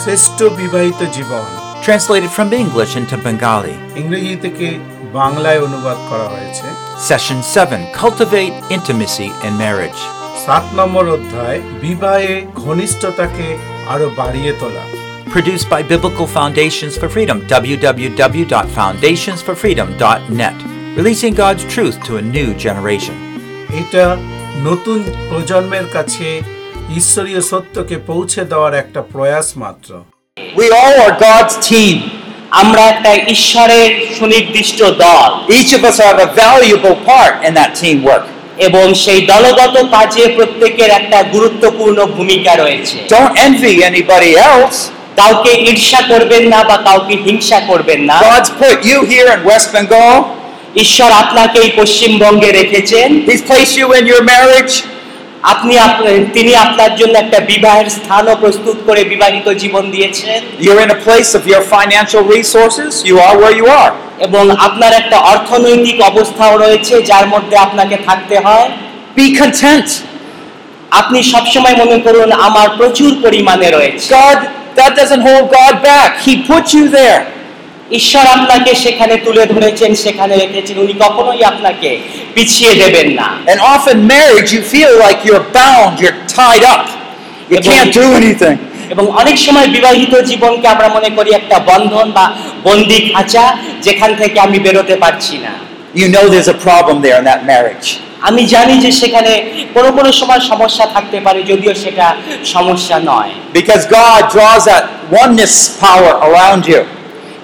শ্রেষ্ঠ বিবাহিত জীবন translated from English into Bengali. ইংরেজি থেকে বাংলায় অনুবাদ করা হয়েছে Session 7 Cultivate Intimacy in Marriage. সাত নম্বর অধ্যায় বিবাহে ঘনিষ্ঠতাকে আরো বাড়িয়ে তোলা Produced by Biblical Foundations for Freedom, www.foundationsforfreedom.net, releasing God's truth to a new generation. এটা নতুন প্রজন্মের কাছে ঈশ্বরীয় সত্যকে পৌঁছে দেওয়ার একটা প্রয়াস মাত্র We all are God's team. আমরা একটা ঈশ্বরের সুনির্দিষ্ট দল Each of us have a valuable part in that teamwork. এবং সেই দলগত কাজে প্রত্যেকের একটা গুরুত্বপূর্ণ ভূমিকা রয়েছে Don't envy anybody else. কাউকে ঈর্ষা করবেন না বা কাউকে হিংসা করবেন না God's put you here in West Bengal. ঈশ্বর আপনাকে এই পশ্চিমবঙ্গে রেখেছেন He's placed you in your marriage. আপনি আপ- তিনি আপনার জন্য একটা বিবাহের স্থানও প্রস্তুত করে বিবাহিত জীবন দিয়েছেন You're in a place of your financial resources. You are where you are. এবং আপনার একটা অর্থনৈতিক অবস্থাও রয়েছে যার মধ্যে আপনাকে থাকতে হয় Be content. আপনি সবসময় মনে করুন আমার প্রচুর পরিমাণে রয়েছে God, that doesn't hold God back. He put you there. ঈশ্বর আপনাকে সেখানে তুলে ধরেছেন সেখানে রেখেছেন উনি কখনোই আপনাকে পিছিয়ে দেবেন না And often marriage, you feel like you're bound, you're tied up. You Yeah, can't but- do anything. এবং অনেক সময় বিবাহিত জীবনকে আমরা মনে করি একটা বন্ধন বা বন্দি খাঁচা যেখান থেকে আমি বেরোতে পারছি না You know there's a problem there in that marriage. আমি জানি যে সেখানে কোনো কোনো সময় সমস্যা থাকতে পারে যদিও সেটা সমস্যা নয় Because God draws that oneness power around you.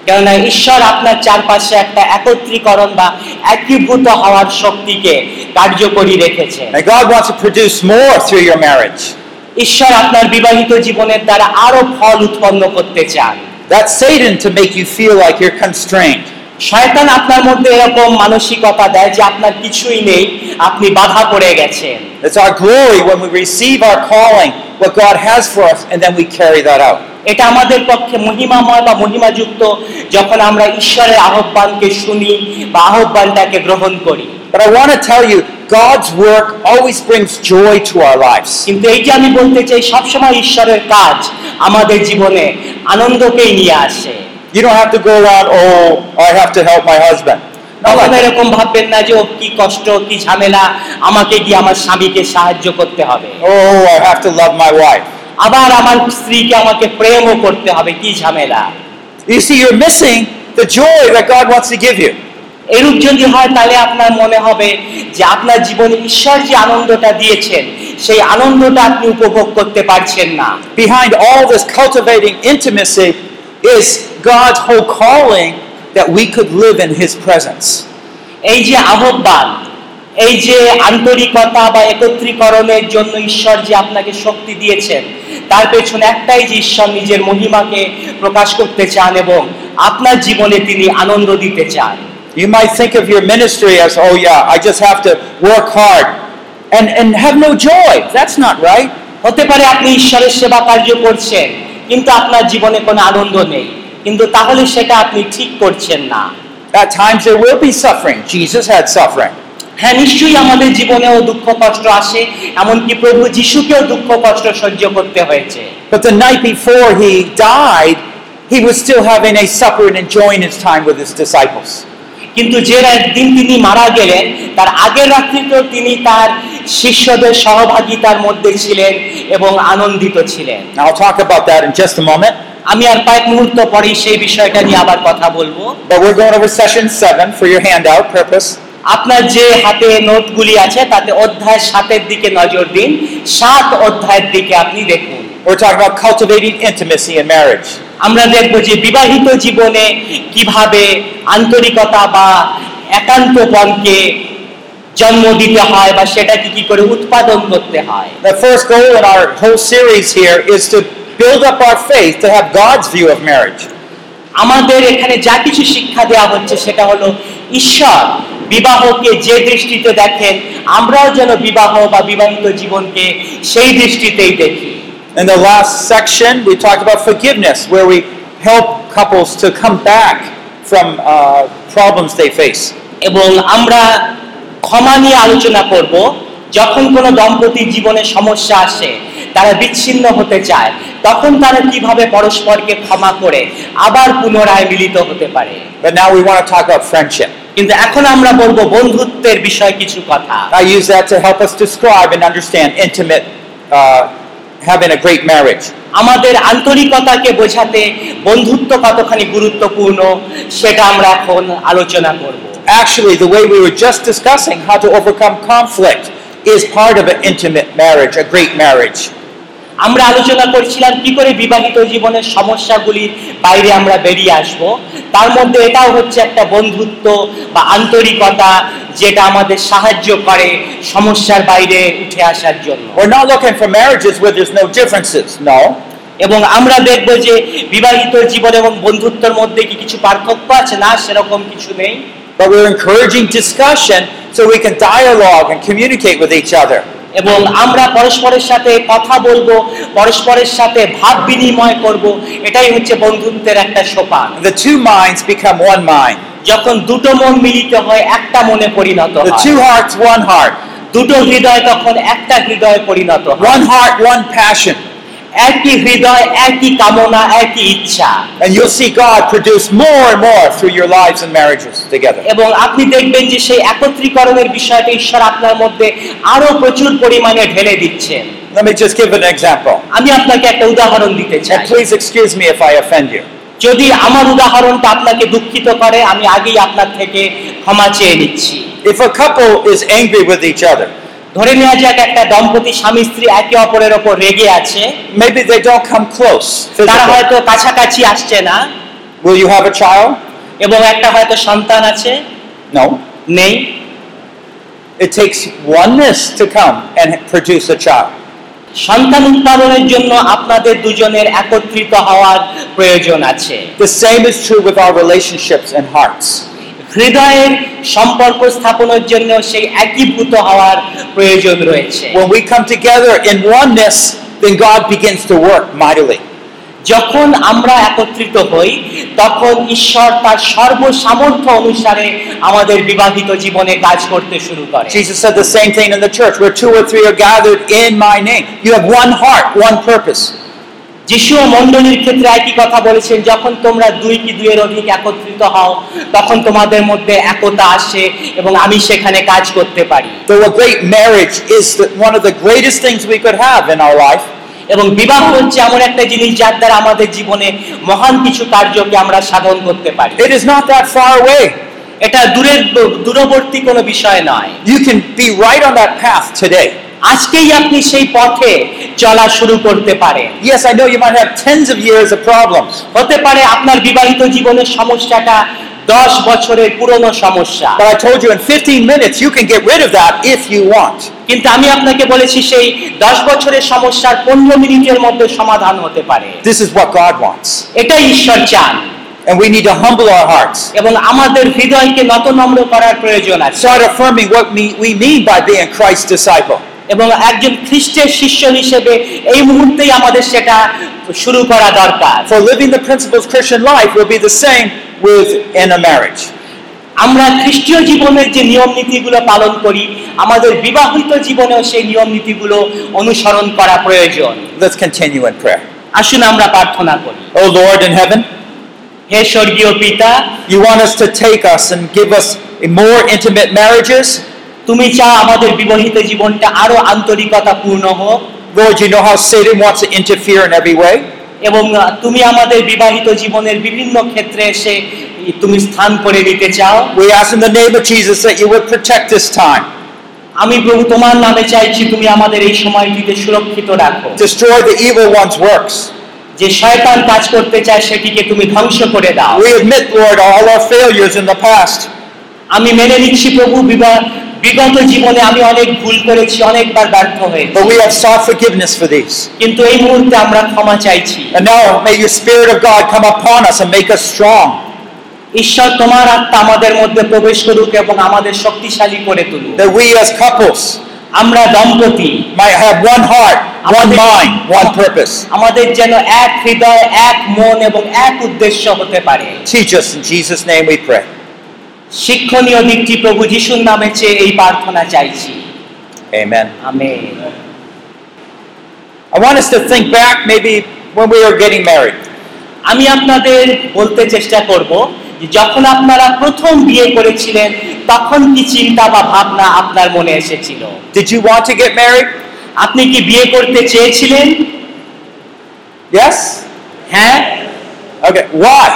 কেননা ঈশ্বর আপনার চারপাশে একটা একত্রীকরণ বা একীভূত হওয়ার শক্তিকে কার্যকরী রেখেছে And God wants to produce more through your marriage. ঈশ্বর আপনার বিবাহিত জীবনের দ্বারা আরো ফল উৎপন্ন করতে চান That's Satan to make you feel like you're constrained. শয়তান আপনার মধ্যে এরকম মানসিকতা দেয় যে আপনার কিছুই নেই আপনি বাধা পড়ে গেছেন It's our glory when we receive our calling, what God has for us, and then we carry that out. এটা আমাদের পক্ষে মহিমাময় বা মহিমাযুক্ত যখন আমরা ঈশ্বরের আহ্বানকে শুনি বা আহ্বানটাকে গ্রহণ করি But I want to tell you, God's work always brings joy to our lives. কিন্তু এই যে আমি বলতে চাই সবসময় ঈশ্বরের কাজ আমাদের জীবনে আনন্দকেই নিয়ে আসে You don't have to go around, oh, I have to help my husband. Not like কখনো that. এরকম ভাববেন না যে ও কি কষ্ট কি ঝামেলা আমাকে গিয়ে আমার স্বামীকে সাহায্য করতে হবে Oh, I have to love my wife. আবার আমার স্ত্রীকে আমাকে প্রেমও করতে হবে কি ঝামেলা You see, you're missing the joy that God wants to give you. এরূপ যদি হয় তাহলে আপনার মনে হবে যে আপনার জীবনে ঈশ্বর যে আনন্দটা দিয়েছেন সেই আনন্দটা আপনি উপভোগ করতে পারছেন না behind all this cultivating intimacy is God's whole calling that we could live in His presence. এই যে আহ্বান এই যে আন্তরিকতা বা একত্রীকরণের জন্য ঈশ্বর যে আপনাকে শক্তি দিয়েছেন তার পেছনে একটাই যে ঈশ্বর নিজের মহিমাকে প্রকাশ করতে চান এবং আপনার জীবনে তিনি আনন্দ দিতে চান You might think of your ministry as, oh yeah, I just have to work hard and, and have no joy. That's not right. হতে পারে আপনি ঈশ্বরের সেবা কার্য করছেন কিন্তু আপনার জীবনে কোনো আনন্দ নেই কিন্তু তাহলে সেটা আপনি ঠিক করছেন না At times there will be suffering. Jesus had suffering. হ্যাঁ নিশ্চয়ই আমাদের জীবনেও দুঃখ কষ্ট আসে এমনকি প্রভু যিশুকেও দুঃখ কষ্ট সহ্য করতে হয়েছে But the night before he died, he was still having a supper and enjoying his time with his disciples. কিন্তু যে একদিন তিনি মারা গেলেন তার আগের রাত্রিতেও তিনি তার শিষ্যদের সহভাগিতার মধ্যে ছিলেন এবং আনন্দিত ছিলেন Now I'll talk about that in just a moment. আমি আর কয়েক মুহূর্ত পরেই সেই বিষয়টা নিয়ে আবার কথা বলবো But we're going over session seven for your handout purpose. আপনার যে হাতে নোটগুলি আছে তাতে অধ্যায় সাতের দিকে নজর দিন সাত অধ্যায়ের দিকে আপনি দেখুন We're talking about cultivating intimacy in marriage. আমরা দেখব যে বিবাহিত জীবনে কিভাবে আন্তরিকতা বা একান্তপনকে জন্ম দিতে হয় বা সেটাকে কি করে উৎপাদন করতে হয় The first goal in our whole series here is to build up our faith to have God's view of marriage. আমাদের এখানে যা কিছু শিক্ষা দেওয়া হচ্ছে সেটা হলো ঈশ্বর বিবাহকে যে দৃষ্টিতে দেখেন আমরাও যেন বিবাহ বা বিবাহিত জীবনকে সেই দৃষ্টিতেই দেখি In the last section, we talked about forgiveness, where we help couples to come back from uh, problems they face. এবং আমরা ক্ষমা নিয়ে আলোচনা করব যখন কোনো দম্পতির জীবনে সমস্যা আসে তারা বিচ্ছিন্ন হতে চায় তখন তারা কিভাবে পরস্পরকে ক্ষমা করে আবার পুনরায় মিলিত হতে পারে But now we want to talk about friendship. কিন্তু এখন আমরা বলবো বন্ধুত্বের বিষয়ে কিছু কথা I use that to help us describe and understand intimate, uh, having a great marriage. আমাদের আন্তরিকতাকে বোঝাতে বন্ধুত্ব কতখানি গুরুত্বপূর্ণ সেটা আমরা এখন আলোচনা করব Actually, the way we were just discussing how to overcome conflict is part of an intimate marriage, a great marriage. আমরা আলোচনা করছিলাম কি করে বিবাহিত জীবনের সমস্যাগুলির বাইরে আমরা বেরিয়ে আসব তার মধ্যে এটাও হচ্ছে একটা বন্ধুত্ব বা আন্তরিকতা যেটা আমাদের সাহায্য করে সমস্যার বাইরে উঠে আসার জন্য We're not looking for marriages where there's no differences, no. এবং আমরা দেখব যে বিবাহিত জীবন এবং বন্ধুত্বের মধ্যে কি কিছু পার্থক্য আছে না সেরকম কিছু নেই But we're encouraging discussion so we can dialogue and communicate with each other. এবং আমরা পরস্পরের সাথে কথা বলবো পরস্পরের সাথে ভাব বিনিময় করব এটাই হচ্ছে বন্ধুত্বের একটা সোপান The two minds become one mind. যখন দুটো মন মিলিত হয় একটা মনে পরিণত The হয় two hearts, one heart. দুটো হৃদয় তখন একটা হৃদয়ে পরিণত হয় One heart, one passion. একই হৃদয় একই কামনা একই ইচ্ছা And you'll see God produce more and more through your lives and marriages together. এবং আপনি দেখবেন যে সেই একত্রীকরণের বিষয়টা ঈশ্বর আপনার মধ্যে আরো প্রচুর পরিমাণে ঢেলে দিচ্ছেন Let me just give an example. আমি আপনাকে একটা উদাহরণ দিতে And চাই please excuse me if I offend you. যদি আমার উদাহরণটা আপনাকে দুঃখিত করে আমি আগেই আপনার থেকে ক্ষমা চেয়ে নিচ্ছি If a couple is angry with each other, ধরে নেওয়া যাক একটা দম্পতি স্বামী স্ত্রী একে অপরের ওপর রেগে আছে maybe they don't come close তারা physically. হয়তো কাছাকাছি আসছে না Will you have a child? এবং একটা হয়তো সন্তান আছে No. নেই It takes oneness to come and produce a child. সন্তান উৎপাদনের জন্য আপনাদের দুজনের একত্রিত হওয়ার প্রয়োজন আছে The same is true with our relationships and hearts. হৃদয়ের সম্পর্ক স্থাপনের জন্য সেই একীভূত হওয়ার প্রয়োজন রয়েছে When we come together in oneness, then God begins to work mightily. যখন আমরা একত্রিত হই তখন ঈশ্বর তার সর্বসামর্থ্য অনুসারে আমাদের বিবাহিত জীবনে কাজ করতে শুরু করে Jesus said the same thing in the church where two or three are gathered in my name. You have one heart, one purpose. যিশু ও মণ্ডলীর ক্ষেত্রে একই কথা বলেছেন যখন তোমরা দুই কি দুইয়ের অধিক একত্রিত হও তখন তোমাদের মধ্যে একতা আসে এবং আমি সেখানে কাজ করতে পারি Though a great marriage is the, one of the greatest things we could have in our life, এবং বিবাহ হচ্ছে এমন একটা জিনিস যার দ্বারা আমাদের জীবনে মহান কিছু কার্যকে আমরা সাধন করতে পারি it is not that far away. এটা দূরের দূরবর্তী কোনো বিষয় নয় You can be right on that path today. আজকেই আপনি সেই পথে চলা শুরু করতে পারেন Yes, I know you might have tens of years of problems, হতে পারে আপনার বিবাহিত জীবনের সমস্যাটা দশ বছরের পুরনো সমস্যা but I told you in 15 minutes you can get rid of that if you want. কিন্তু আমি আপনাকে বলেছি সেই দশ বছরের সমস্যার পনেরো মিনিটের মধ্যে সমাধান হতে পারে This is what God wants. এটাই ঈশ্বর চান And we need to humble our hearts. এবং আমাদের হৃদয়কে নতনম্র করার প্রয়োজন আছে Start affirming what me, we mean by being Christ's disciple. এবং একজন খ্রিস্টের শিষ্য হিসেবে এই মুহূর্তেই আমাদের সেটা শুরু করা দরকার For living the principles of Christian life will be the same within a marriage. আমরা খ্রিস্টীয় জীবনের যে নিয়ম নীতিগুলো পালন করি আমাদের বিবাহিত জীবনেও সেই নিয়ম নীতিগুলো অনুসরণ করা প্রয়োজন Let's continue in prayer. আসুন আমরা প্রার্থনা করি Oh Lord in heaven, হে স্বর্গীয় পিতা you want us to take us and give us more intimate marriages. তুমি চাও আমাদের বিবাহিত জীবনটা আরো আন্তরিকতা পূর্ণ হোক Lord, you know how Satan wants to interfere in every way. এবং আহ, তুমি আমাদের বিবাহিত জীবনের বিভিন্ন ক্ষেত্রে এসে ই, তুমি স্থান করে দিতে চাও We ask in the name of Jesus that you would protect this time, আমি প্রভু তোমার নামে চাইছি তুমি আমাদের এই সময়টিতে সুরক্ষিত রাখো destroy the evil one's works. যে শয়তান কাজ করতে চায় সেটিকে তুমি ধ্বংস করে দাও We admit, Lord, all our failures in the past. আমি মেনে নিচ্ছি প্রভু বিবা- বিগত জীবনে আমি অনেক ভুল করেছি অনেকবার ব্যর্থ হয়েছি But we have sought forgiveness for these. কিন্তু এই মুহূর্তে আমরা ক্ষমা চাইছি And now may your Spirit of God come upon us and make us strong, ঈশ্বর তোমার আত্মা আমাদের মধ্যে প্রবেশ করুক এবং আমাদের শক্তিশালী করে তুলুক that we as couples আমরা দম্পতি might have one heart, one mind, one purpose. আমাদের যেন এক হৃদয় এক মন এবং এক উদ্দেশ্য হতে পারে Teach us in Jesus' name we pray. শিক্ষণীয় দিকটি প্রভু যিশুর নামে চেয়ে এই প্রার্থনা চাইছি Amen. Amen I want us to think back maybe when we were getting married. আমি আপনাদের বলতে চেষ্টা করব যে যখন আপনারা প্রথম বিয়ে করেছিলেন তখন কি চিন্তা বা ভাবনা আপনার মনে এসেছিল Did you want to get married? আপনি কি বিয়ে করতে চেয়েছিলেন Yes? হ্যাঁ Okay. Why?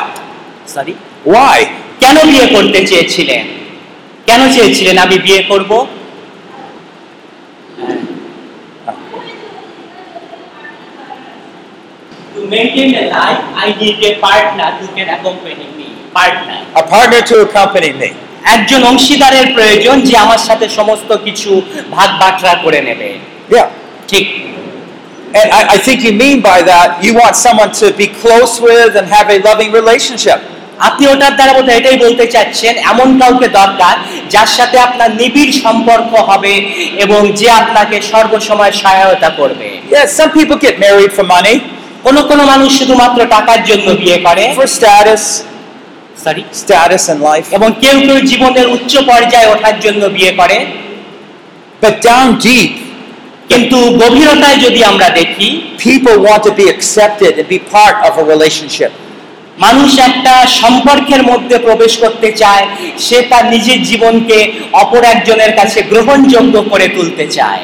Sorry Why? কেন বিয়ে করতে চেয়েছিলেন কেন চেয়েছিলেন আমি বিয়ে করব To maintain a life, I need a partner who can accompany me. Partner. A partner to accompany me. একজন অংশীদারের প্রয়োজন যে আমার সাথে সমস্ত কিছু ভাগ বাটরা করে নেবে Yeah. ঠিক And I, I think you mean by that you want someone to be close with and have a loving relationship. আপনি ওটার দ্বারা বোধহয় এটাই বলতে চাচ্ছেন এমন কাউকে দরকার যার সাথে আপনার নিবিড় সম্পর্ক হবে এবং যে আপনাকে সর্বসময় সহায়তা করবে Yeah, some people get married for money, কোন কোন মানুষ শুধুমাত্র টাকার জন্য বিয়ে করে for status, sorry status in life. এবং কেউ কেউ জীবনের উচ্চ পর্যায়ে ওঠার জন্য বিয়ে করে But down deep, কিন্তু গভীরতায় যদি আমরা দেখি people want to be accepted and be part of a relationship. মানুষ একটা সম্পর্কের মধ্যে প্রবেশ করতে চায় সে তার নিজের জীবনকে অপর একজনের কাছে গ্রহণযোগ্য করে তুলতে চায়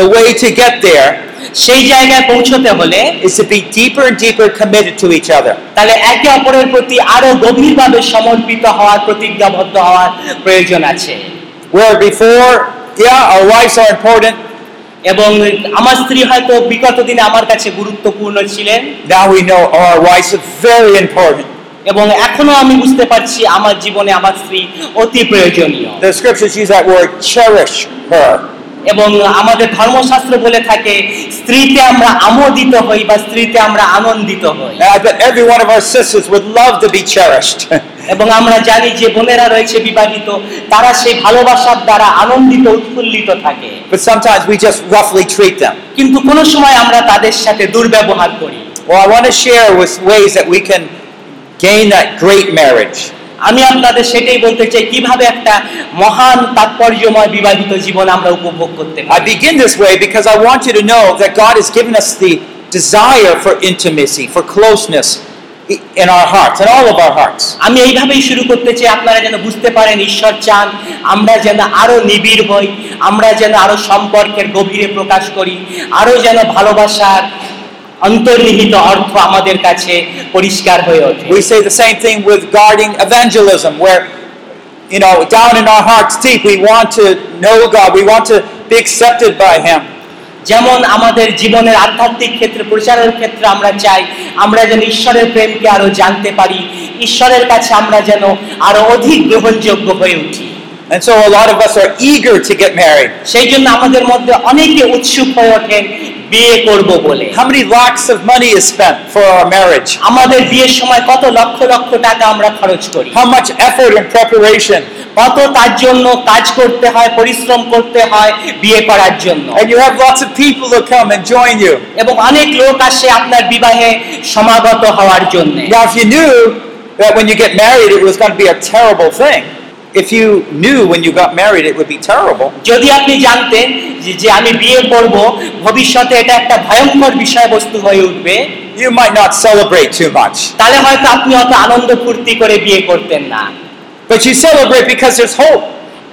The way to get there সেই জায়গায় পৌঁছতে হলে is to be deeper and deeper committed to each other. তাহলে একে অপরের প্রতি আরো গভীরভাবে সমর্পিত হওয়ার প্রতিজ্ঞাবদ্ধ হওয়ার প্রয়োজন আছে Where before, yeah, our wives are important, এবং আমার স্ত্রী হয়তো বিগত দিনে আমার কাছে গুরুত্বপূর্ণ ছিলেন now we know our wives are very important. এবং এখনো আমি বুঝতে পারছি আমার জীবনে আমার স্ত্রী অতি প্রয়োজনীয় The scriptures use that word cherish her. এবং আমাদের ধর্মশাস্ত্র বলে থাকে স্ত্রীতে আমরা আমোদিত হই বা স্ত্রীতে আমরা আনন্দিত হই And I bet Uh, every one of our sisters would love to be cherished. এবং আমরা জানি যে বোনেরা রয়েছে বিবাহিত তারা সেই ভালোবাসার দ্বারা আনন্দিত উৎফুল্লিত থাকে but sometimes we just roughly treat them. কিন্তু কোনো সময় আমরা তাদের সাথে দুর্ব্যবহার করি Well, I want to share with ways that we can gain that great marriage. আমি আপনাদের সেটাই বলতে চাই কিভাবে একটা মহান তাৎপর্যময় বিবাহিত জীবন আমরা উপভোগ করতে I পারি begin this way because I want you to know that God has given us the desire for intimacy, for closeness i- in our hearts, in all of our hearts. আমি এইভাবেই শুরু করতে চাই আপনারা যেন বুঝতে পারেন ঈশ্বর চান আমরা যেন আরো নিবিড় হই আমরা যেন আরো সম্পর্কের গভীরে প্রকাশ করি আরো যেন ভালোবাসার অন্তর্নিহিত অর্থ আমাদের কাছে পরিষ্কার হয়ে ওঠে We say the same thing with guarding evangelism, where, you know, down in our hearts deep, we want to know God, we want to be accepted by Him. যেমন আমাদের জীবনের আধ্যাত্মিক ক্ষেত্রে প্রচারের ক্ষেত্রে আমরা চাই আমরা যেন ঈশ্বরের প্রেমকে আরো জানতে পারি ঈশ্বরের কাছে আমরা যেন আরো অধিক গ্রহণযোগ্য হয়ে উঠি And so a lot of us are eager to get married. সেই জন্য আমাদের মধ্যে অনেকে উৎসুক হয়ে ওঠেন বিয়ে করব বলে How many lakhs of money is spent for our marriage? আমাদের বিয়ের সময় কত লক্ষ লক্ষ টাকা আমরা খরচ করি How much effort and preparation? কত তার জন্য কাজ করতে হয় পরিশ্রম করতে হয় বিয়ে করার জন্য And you have lots of people who come and join you. এবং অনেক লোক আসে আপনার বিবাহে সমাগত হওয়ার জন্য Now, if you knew that when you get married it was going to be a terrible thing, if you knew when you got married it would be terrible, যদি আপনি জানতেন যে- যে আমি বিয়ে করব ভবিষ্যতে এটা একটা ভয়ঙ্কর বিষয়বস্তু হয়ে উঠবে you might not celebrate too much. তাহলে হয়তো আপনি অত আনন্দ ফুর্তি করে বিয়ে করতেন না But you celebrate because there's hope.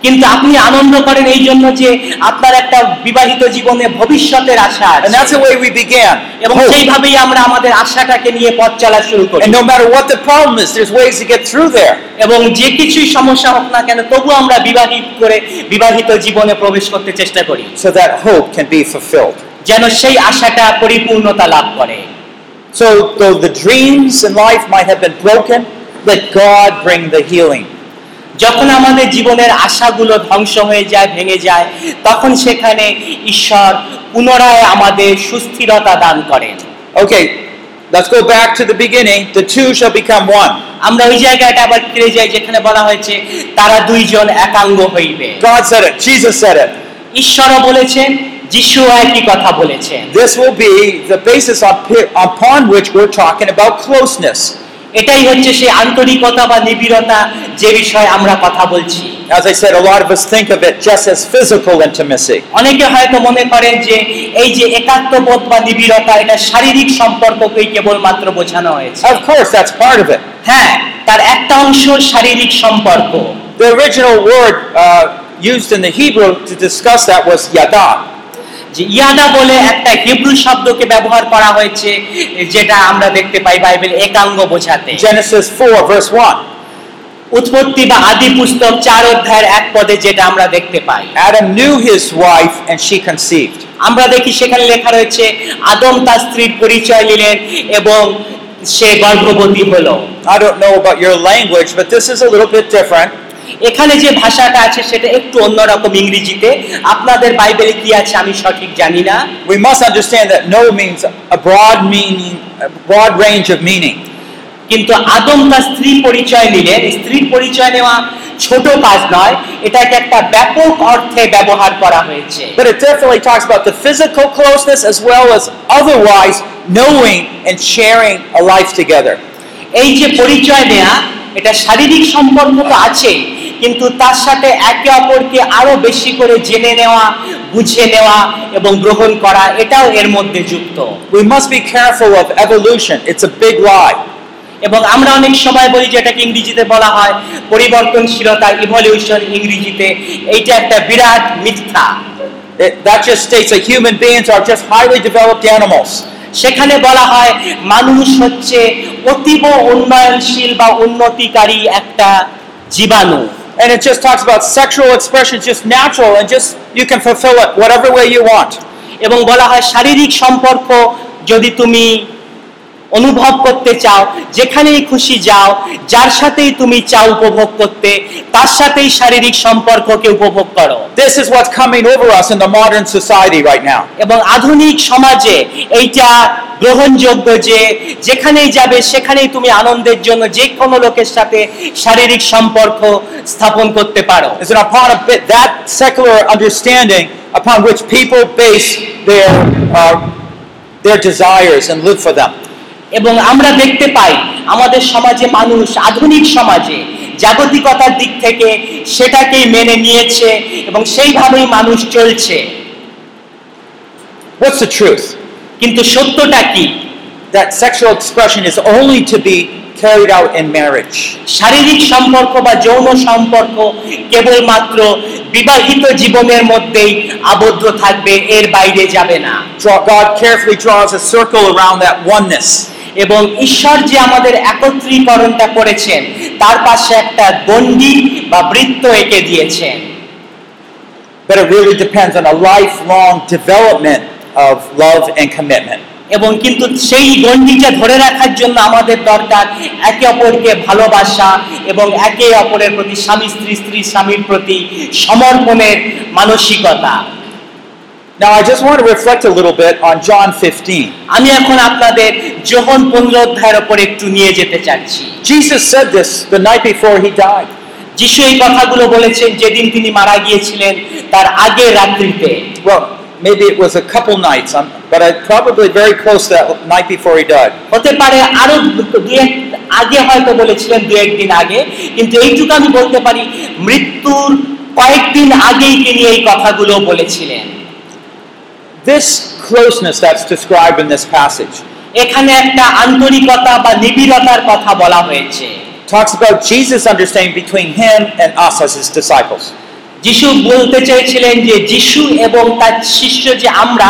কিন্তু আপনি আনন্দ করেন এই জন্য যে আপনার একটা বিবাহিত জীবনে ভবিষ্যতের আশা আছে And that's the way we began. এবং Hope. সেইভাবেই আমরা আমাদের আশাটাকে নিয়ে পথ চলা শুরু করি And no matter what the problem is, there's ways to get through there. এবং যে কিছুই সমস্যা হোক না কেন তবু আমরা বিবাহিত করে বিবাহিত জীবনে প্রবেশ করতে চেষ্টা করি So that hope can be fulfilled. যেন সেই আশাটা পরিপূর্ণতা লাভ করে So, though the dreams in life might have been broken, let God bring the healing. যখন আমাদের জীবনের আশাগুলো ধ্বংস হয়ে যায় ভেঙে যায় তখন সেখানে ঈশ্বর পুনরায় আমাদের সুস্থিরতা দান করেন Okay, let's go back to the beginning. The two shall become one. আমরা ওই জায়গাটা আবার ফিরে যাই যেখানে বলা হয়েছে তারা দুইজন একাঙ্গ হইবে God said it, Jesus said it. ঈশ্বরও বলেছেন যিশু একই কথা বলেছেন This will be the basis up- upon which we're talking about closeness. এটাই হচ্ছে সেই আন্তরিকতা বা নিবিড়তা যে বিষয়ে আমরা কথা বলছি As I said, a lot of us think of it just as physical intimacy. অনেকে হয়তো মনে করেন যে এই যে একাত্মবোধ বা নিবিড়তা এটা শারীরিক সম্পর্ককেই কেবলমাত্র বোঝানো হয়েছে Of course, that's part of it. হ্যাঁ তার একটা অংশ শারীরিক সম্পর্ক The original word uh, used in the Hebrew to discuss that was yada. যে ইয়াদা বলে একটা হিব্রু শব্দকে ব্যবহার করা হয়েছে যেটা আমরা দেখতে পাই বাইবেল একাঙ্গ বোঝাতে Genesis 4, verse 1. উৎপত্তি বা আদি পুস্তক চার অধ্যায়ের এক পদে যেটা আমরা দেখতে পাই Adam knew his wife and she conceived. আমরা দেখি সেখানে লেখা রয়েছে আদম তার স্ত্রীর পরিচয় নিলেন এবং সে গর্ভবতী হলো I don't know about your language, but this is a little bit different. এখানে যে ভাষাটা আছে সেটা একটু অন্যরকম ইংরেজিতে আপনাদের বাইবেলে কি আছে আমি সঠিক জানি না We must understand that no means a broad meaning, a broad range of meaning. কিন্তু আদম তার স্ত্রী পরিচয় নিলেন স্ত্রীর পরিচয় নেওয়া ছোট কাজ নয় এটাকে একটা ব্যাপক অর্থে ব্যবহার করা হয়েছে But it definitely talks about the physical closeness as well as otherwise knowing and sharing a life together. এই যে পরিচয় নেয়া এটা শারীরিক সম্পর্ক তো আছে কিন্তু তার সাথে একে অপরকে আরো বেশি করে জেনে নেওয়া বুঝে নেওয়া এবং গ্রহণ করা এটাও এর মধ্যে যুক্ত We must be careful of evolution. It's a big lie. এবং আমরা অনেক সময় বলি যে এটাকে ইংরেজিতে বলা হয় পরিবর্তনশীলতা ইভলিউশন ইংরেজিতে এইটা একটা বিরাট মিথ্যা It, that just states that human beings are just highly developed animals. সেখানে বলা হয় মানুষ হচ্ছে অতীব উন্নয়নশীল বা উন্নতিকারী একটা জীবাণু And it just talks about sexual expression, just natural, and just you can fulfill it whatever way you want. এবং বলা হয় শারীরিক সম্পর্ক যদি তুমি অনুভব করতে চাও যেখানেই খুশি যাও যার সাথেই তুমি চাও উপভোগ করতে তার সাথেই শারীরিক সম্পর্ককে উপভোগ করো This is what's coming over us in the modern society right now. এবং আধুনিক সমাজে এইটা গ্রহণযোগ্য যে যেখানেই যাবে সেখানেই তুমি আনন্দের জন্য যে কোনো লোকের সাথে শারীরিক সম্পর্ক স্থাপন করতে পারো is that upon a bit that secular understanding upon which people base their uh, their desires and live for them. এবং আমরা দেখতে পাই আমাদের সমাজে মানুষ আধুনিক সমাজে জাগতিকতার দিক থেকে সেটাকেই মেনে নিয়েছে এবং সেইভাবেই মানুষ চলছে What's the truth? কিন্তু সত্যটা কি That sexual expression is only to be carried out in marriage. শারীরিক সম্পর্ক বা যৌন সম্পর্ক কেবলমাত্র বিবাহিত জীবনের মধ্যেই আবদ্ধ থাকবে এর বাইরে যাবে না Draw, God carefully draws a circle around that oneness. এবং ঈশ্বর যে আমাদের একত্রীকরণটা করেছেন তার পাশে একটা গণ্ডি বা বৃত্ত এঁকে দিয়েছেন But it really depends on a lifelong development of love and commitment. এবং কিন্তু সেই গণ্ডিটা ধরে রাখার জন্য আমাদের দরকার একে অপরকে ভালোবাসা এবং একে অপরের প্রতি স্বামী স্ত্রী স্ত্রী স্বামীর প্রতি সমর্পণের মানসিকতা Now, I just want to reflect a little bit on John 15. আমি এখন আপনাদের যোহন পনেরো অধ্যায়ের ওপর একটু নিয়ে যেতে চাচ্ছি Jesus said this the night before he died. যিশু এই কথাগুলো বলেছেন যেদিন তিনি মারা গিয়েছিলেন তার আগের রাত্রিতে Well, maybe it was a couple nights, um, but I probably very close that night before he died. হতে পারে আরো দুই এক আগে হয়তো বলেছিলেন দু একদিন আগে কিন্তু এইটুকু আমি বলতে পারি মৃত্যুর কয়েকদিন আগেই তিনি এই কথাগুলো বলেছিলেন This closeness that's described in this passage এখানে একটা আন্তরিকতা বা নিবিড়তার কথা বলা হয়েছে talks about Jesus' understanding between him and us as his disciples. যিশু বলতে চেয়েছিলেন যে যিশু এবং তার শিষ্য যে আমরা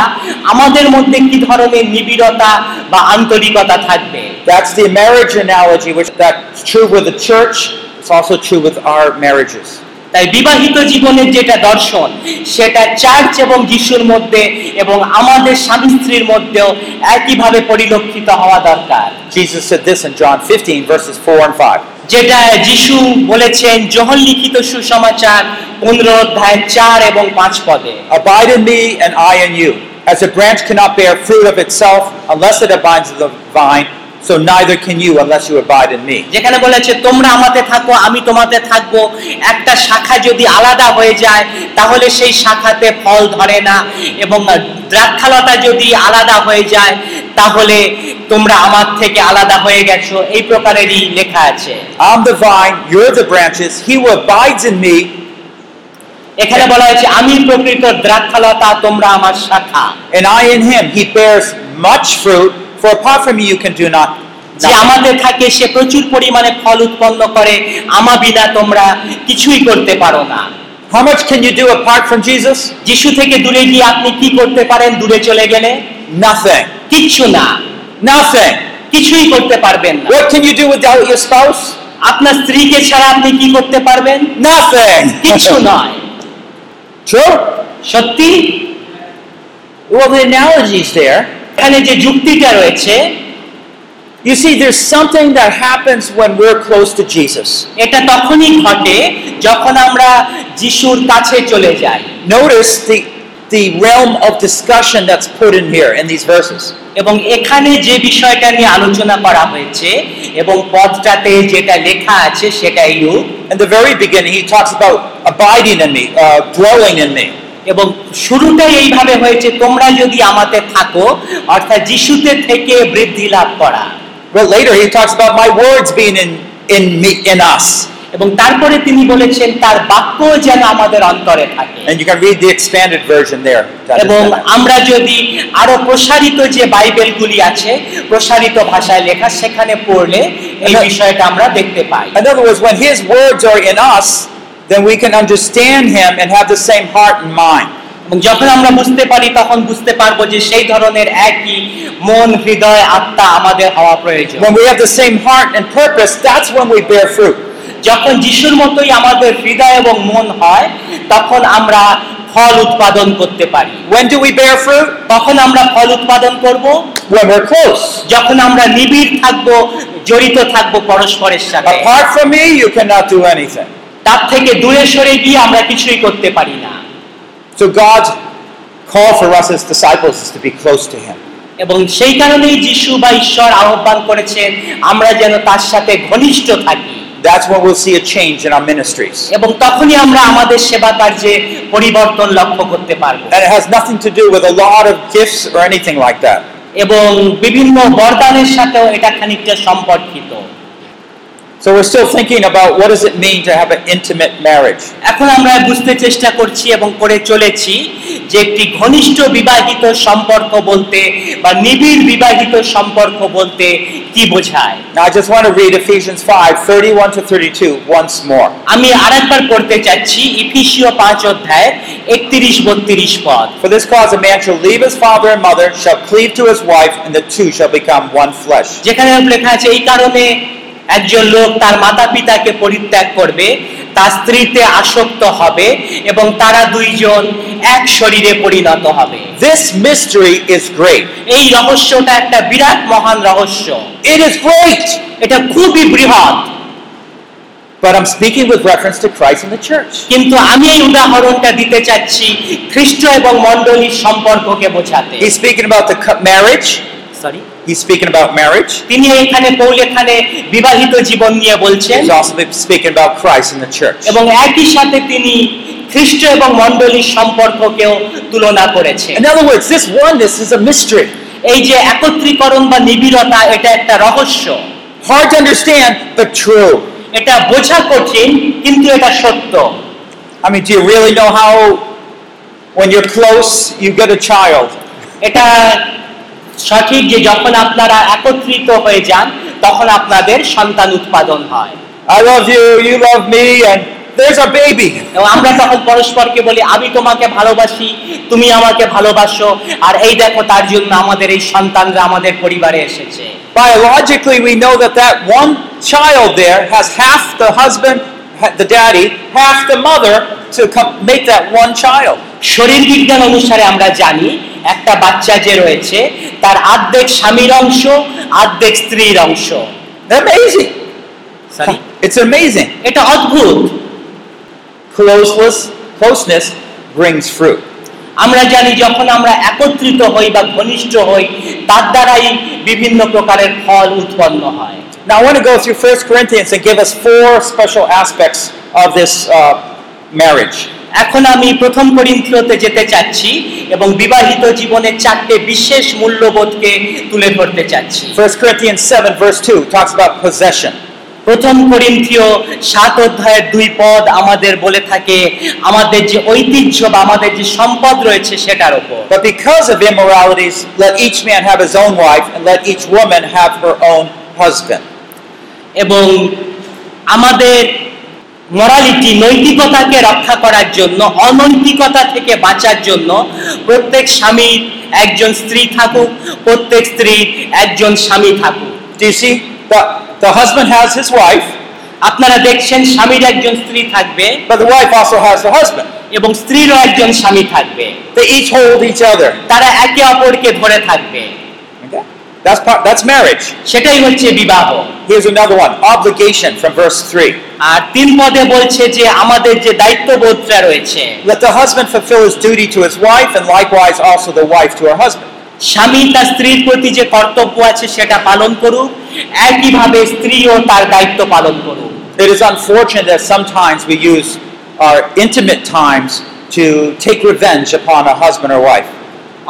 আমাদের মধ্যে কি ধরনের নিবিড়তা বা আন্তরিকতা থাকবে That's the marriage analogy, which that's true with the church. It's also true with our marriages. তাই বিবাহিত জীবনের যেটা দর্শন সেটা চার্চ এবং যিশুর মধ্যে এবং আমাদের স্বামী স্ত্রীর মধ্যেও একইভাবে পরিলক্ষিত হওয়া দরকার Jesus said this in John 15, verses 4 and 5. যেটা যিশু বলেছেন যোহন লিখিত সুসমাচার পনেরো অধ্যায় চার এবং পাঁচ পদে Abide in me, and I in you. As a branch cannot bear fruit of itself unless it abides in the vine, so neither can you unless you abide in me. যেখানে বলেছে তোমরা আমাতে থাকো আমি তোমাতে থাকবো একটা শাখা যদি আলাদা হয়ে যায় তাহলে সেই শাখাতে ফল ধরে না এবং দ্রাক্ষালতা যদি আলাদা হয়ে যায় তাহলে তোমরা আমার থেকে আলাদা হয়ে গেছো এই প্রকারেরই লেখা আছে I'm the vine, you're the branches. He who abides in me এখানে বলা হয়েছে আমি প্রকৃত দ্রাক্ষালতা তোমরা আমার শাখা and I in him, he bears much fruit. For apart from me, you can do not. যে nothing. আমাদের থাকে সে প্রচুর পরিমাণে ফল উৎপন্ন করে আমা বিনা তোমরা কিছুই করতে পারো না How much can you do apart from Jesus? যিশু থেকে দূরে গিয়ে আপনি কি করতে পারেন দূরে চলে গেলে Nothing. কিচ্ছু না Nothing. কিছুই করতে পারবেন না What can you do without your spouse? আপনার স্ত্রীকে ছাড়া আপনি কি করতে পারবেন কিছু Nothing. নয় True? সত্যি Well, the analogy is there. এখানে যে যুক্তিটা রয়েছে You see, there's something that happens when we're close to Jesus. এটা তখনই ঘটে যখন আমরা যিশুর কাছে চলে যাই Notice the, the realm of discussion that's put in here in these verses. এবং এখানে যে বিষয়টা নিয়ে আলোচনা করা হয়েছে এবং পদটাতে যেটা লেখা আছে সেটাই রূপ In the very beginning, he talks about abiding in me, uh, dwelling in me. এবং শুরুটাই এইভাবে হয়েছে তোমরা যদি আমাতে থাকো অর্থাৎ যিশুতে থেকে বৃদ্ধি লাভ করা But later, he talks about my words being in, in me, in us. এবং তারপরে তিনি বলেছেন তার বাক্য যেন আমাদের অন্তরে থাকে And you can read the expanded version there. to এবং understand that. আমরা যদি আরো প্রসারিত যে বাইবেলগুলি আছে প্রসারিত ভাষায় লেখা সেখানে পড়লে এই আচ্ছা। বিষয়টা আমরা দেখতে পাই In other words, when his words are in us, then we can understand him and have the same heart and mind. এবং যখন আমরা বুঝতে পারি তখন বুঝতে পারবো যে সেই ধরনের একই মন হৃদয় আত্মা আমাদের হওয়া প্রয়োজন When we have the same heart and purpose, that's when we bear fruit. যখন যিশুর মতোই আমাদের হৃদয় এবং মন হয় তখন আমরা ফল উৎপাদন করতে পারি When do we bear fruit? তখন আমরা ফল উৎপাদন করব When we're close. যখন আমরা নিবিড় থাকবো জড়িত থাকবো পরস্পরের সাথে Apart from me, you cannot do anything. তার থেকে দূরে সরে গিয়ে আমরা কিছুই করতে পারি না So God's call for us as disciples is to be close to Him. এবং সেই কারণেই যিশু বা ঈশ্বর আহ্বান করেছেন আমরা যেন তার সাথে ঘনিষ্ঠ থাকি That's when we'll see a change in our ministries. এবং তখনই আমরা আমাদের সেবা কার্যে পরিবর্তন লক্ষ্য করতে পারবো And it has nothing to do with a lot of gifts or anything like that. এবং বিভিন্ন বরদানের সাথেও এটা খানিকটা সম্পর্কিত So we're still thinking about what does it mean to have an intimate marriage. এখন আমরা বুঝতে চেষ্টা করছি এবং করে চলেছি যে একটি ঘনিষ্ঠ বিবাহিত সম্পর্ক বলতে বা নিবিড় বিবাহিত সম্পর্ক বলতে কি বোঝায় Now I just want to read Ephesians 5, 31 to 32 once more. আমি আরেকবার পড়তে চাচ্ছি ইফিসীয় পাঁচ অধ্যায় একত্রিশ বত্রিশ পদ For this cause a man shall leave his father and mother, shall cleave to his wife, and the two shall become one flesh. যেখানে লেখা আছে এই কারণে একজন লোক তার মাতা পিতাকে পরিত্যাগ করবে তার স্ত্রীতে আসক্ত হবে এবং তারা দুইজন এক শরীরে পরিণত হবে This mystery is great. এই রহস্যটা একটা বিরাট মহান রহস্য It is great! এটা খুবই বৃহৎ But I'm speaking with reference to Christ and the church. কিন্তু আমি এই উদাহরণটা দিতে চাচ্ছি খ্রিস্ট এবং মণ্ডলীর সম্পর্ককে বোঝাতে He's speaking about the co- marriage. Sorry He's speaking about marriage. তিনি এখানে পৌল এখানে বিবাহিত জীবন নিয়ে বলছেন He's also been speaking about Christ and the church. এবং একই সাথে তিনি খ্রিস্ট এবং মণ্ডলীর সম্পর্ককেও তুলনা করেছেন In other words, this oneness is a mystery. এই যে একত্রীকরণ বা নিবিড়তা এটা একটা রহস্য Hard to understand, but true. এটা বোঝা কঠিন কিন্তু এটা সত্য I mean, do you really know how, when you're close, you get a child? এটা সঠিক যে যখন আপনারা একত্রিত হয়ে যান তখন আপনাদের সন্তান উৎপাদন হয় I love you, you love me, and there's our baby. এবং আমরা তখন পরস্পরকে বলি আমি তোমাকে ভালোবাসি তুমি আমাকে ভালোবাসো আর এই দেখো তার জন্য আমাদের এই সন্তানরা আমাদের পরিবারে এসেছে Biologically, we know that that one child there has half the husband, ha- the daddy, half the mother to come make that one child. শরীর বিজ্ঞান অনুসারে আমরা জানি একটা বাচ্চা যে রয়েছে তার অর্ধেক স্বামীর অংশ অর্ধেক স্ত্রীর অংশ Amazing! Sorry? It's amazing. এটা অদ্ভুত Closeness, closeness brings fruit. আমরা জানি যখন আমরা একত্রিত হই বা ঘনিষ্ঠ হই তার দ্বারাই বিভিন্ন প্রকারের ফল উৎপন্ন হয় Now I want to go through 1 Corinthians and give us four special aspects of this uh, marriage. এখন আমি প্রথম করিন্থিয়তে যেতে চাচ্ছি এবং বিবাহিত জীবনের চারটে বিশেষ মূল্যবোধকে তুলে ধরতে চাচ্ছি 1 Corinthians 7, verse 2 talks about possession. প্রথম করিন্থীয় সাত অধ্যায়ের দুই পদ আমাদের বলে থাকে আমাদের যে ঐতিহ্য বা আমাদের যে সম্পদ রয়েছে সেটার উপর But because of immoralities, let each man have his own wife, and let each woman have her own husband. এবং আমাদের মরালিটি নৈতিকতাকে রক্ষা করার জন্য অনৈতিকতা থেকে বাঁচার জন্য প্রত্যেক স্বামী একজন স্ত্রী থাকুক প্রত্যেক স্ত্রী একজন স্বামী থাকুক Do you see? The, the husband has his wife, আপনারা দেখছেন স্বামীর একজন স্ত্রী থাকবে but the wife also has her husband. এবং স্ত্রীরও একজন স্বামী থাকবে They each hold each other. তারা একে অপরকে ধরে থাকবে Okay? That's, part, that's marriage. সেটাই হচ্ছে বিবাহ Here's another one obligation from verse 3. আর তিন পদে বলছে যে আমাদের যে দায়িত্ববোধটা রয়েছে Let the husband fulfill his duty to his wife, and likewise also the wife to her husband. স্বামী তার স্ত্রীর প্রতি যে কর্তব্য আছে সেটা পালন করুক একইভাবে স্ত্রীও তার দায়িত্ব পালন করুক It is unfortunate that sometimes we use our intimate times to take revenge upon a husband or wife.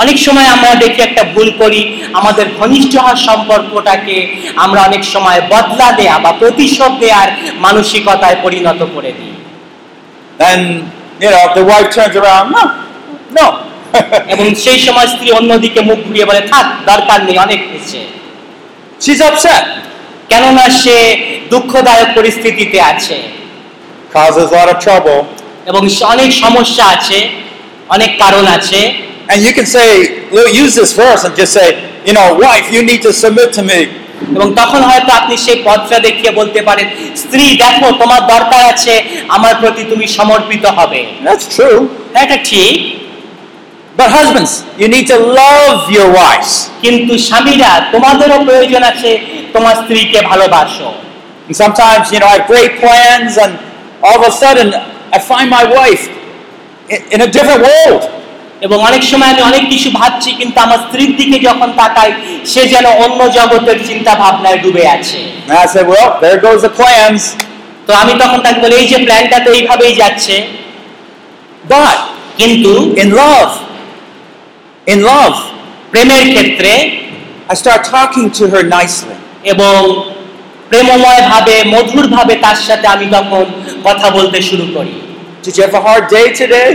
অনেক সময় আমরা দেখি একটা ভুল করি আমাদের ঘনিষ্ঠ হওয়ার সম্পর্কটাকে আমরা অনেক সময় বদলা দেয়া বা প্রতিশোধ দেওয়ার মানসিকতায় পরিণত করে দিই And, you know, the wife turns around, no, no. এবং সেই সময় স্ত্রী অন্যদিকে মুখ ঘুরিয়ে বলে থাক দরকার নেই অনেক হয়েছে She's upset. কেননা সে দুঃখদায়ক পরিস্থিতিতে আছে Causes a lot of trouble. এবং সে- অনেক সমস্যা আছে অনেক কারণ আছে And you can say, well, use this verse and just say, you know, wife, you need to submit to me. এবং তখন হয়তো আপনি সেই পথটা দেখিয়ে বলতে পারেন স্ত্রী দেখো তোমার দরকার আছে আমার প্রতি তুমি সমর্পিত হবে That's true. হ্যাঁ, এটা ঠিক But husbands, you need to love your wives. কিন্তু স্বামীরা তোমাদেরও প্রয়োজন আছে তোমার স্ত্রীকে ভালোবাসো And sometimes, you know, I have great plans, and all of a sudden, I find my wife in, in a different world. এবং অনেক সময় আমি অনেক কিছু ভাবছি কিন্তু আমার স্ত্রীর দিকে যখন তাকাই সে যেন অন্য জগতের চিন্তা ভাবনায় ডুবে আছে And I said, well, there goes the plans. তো আমি তখন তাকে বলি এই যে প্ল্যানটা তো এইভাবেই যাচ্ছে But কিন্তু in love, in love, প্রেমের ক্ষেত্রে I start talking to her nicely. এবং প্রেমময় ভাবে মধুর ভাবে তার সাথে আমি তখন কথা বলতে শুরু করি Did you have a hard day today?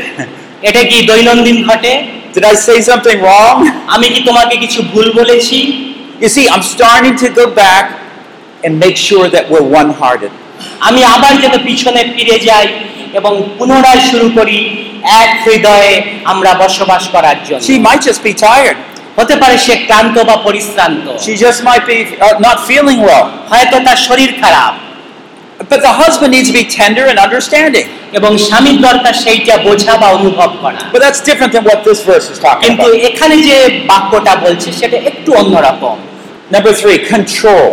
এটা কি দৈনন্দিন ঘটে Did I say something wrong? আমি কি তোমাকে কিছু ভুল বলেছি You see, I'm starting to go back and make sure that we're one hearted. আমি আবার যেন পিছনে ফিরে যাই এবং পুনরায় শুরু করি এক হৃদয়ে আমরা বসবাস করার She জন্য might just be tired. হতে পারে সে ক্লান্ত বা পরিশ্রান্ত She just might be uh, not feeling well. হয়তো তার শরীর খারাপ But the husband needs to be tender and understanding. এবং স্বামীর দরকার সেইটা বোঝা বা অনুভব করা But that's different than what this verse is talking কিন্তু about. এখানে যে বাক্যটা বলছে সেটা একটু অন্যরকম Number three, control.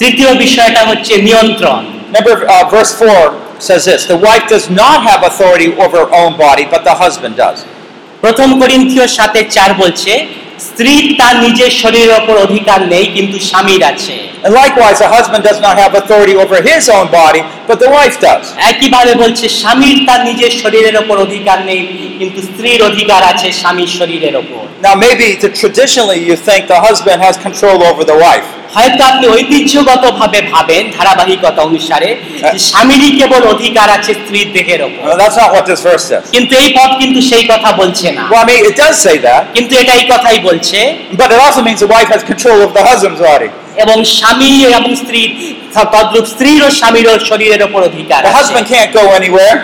তৃতীয় বিষয়টা হচ্ছে নিয়ন্ত্রণ Number uh, verse four says this: the wife does not have authority over her own body, but the husband does. প্রথম করিন্থীয় সাথে চার বলছে স্ত্রী তার নিজের শরীরের ওপর অধিকার নেই কিন্তু স্বামীর আছে And likewise, the husband does not have authority over his own body, but the wife does. একইভাবে বলছে স্বামীর তার নিজের শরীরের ওপর অধিকার নেই কিন্তু স্ত্রীর অধিকার আছে স্বামীর শরীরের ওপর Now, maybe the, traditionally you think the husband has control over the wife, হয়তো আপনি ঐতিহ্যগতভাবে ভাবেন ধারাবাহিকতা অনুসারে হ্যাঁ। যে স্বামীরই কেবল অধিকার আছে স্ত্রীর দেহের ওপর Well, that's not what this verse says. কিন্তু এই পদ কিন্তু সেই কথা বলছে না Well, I mean, it does say that, কিন্তু এটা এই কথাই বলছে but it also means the wife has control over the husband's body. এবং স্বামী এবং স্ত্রী তদ্রূপ স্ত্রীর ও স্বামীর ও শরীরের ওপর অধিকার The আছে। husband can't go anywhere,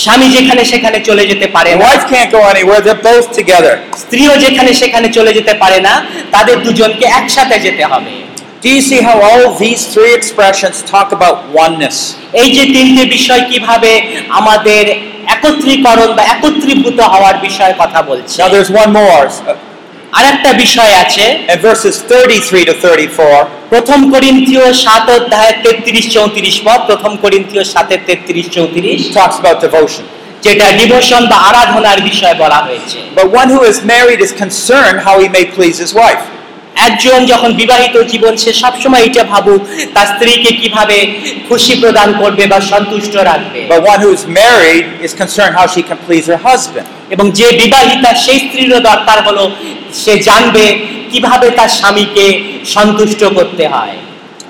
স্বামী যেখানে সেখানে চলে যেতে পারে the না wife can't go anywhere, they're both together. স্ত্রীও যেখানে সেখানে চলে যেতে পারে না তাদের দুজনকে একসাথে যেতে হবে Do you see how all these three expressions talk about oneness? এই যে তিনটে বিষয় কিভাবে আমাদের একত্রীকরণ বা একত্রীভূত হওয়ার বিষয়ে কথা বলছে Now, there's one more. uh, আর একটা বিষয় আছে In verses 33 to 34, প্রথম করিন্থীয় সাত অধ্যায় তেত্রিশ চৌত্রিশ পদ প্রথম করিন্থীয় সাতের তেত্রিশ চৌত্রিশ it talks about devotion. যেটা ডিভোশন বা আরাধনার বিষয় বলা হয়েছে But one who is married is concerned how he may please his wife. একজন যখন বিবাহিত জীবন সে সবসময় এটা ভাবুক তার স্ত্রীকে কিভাবে খুশি প্রদান করবে বা সন্তুষ্ট রাখবে But one who is married is concerned how she can please her husband. এবং যে বিবাহিতা সেই স্ত্রীরও দরকার হলো সে জানবে কিভাবে তার স্বামীকে সন্তুষ্ট করতে হয়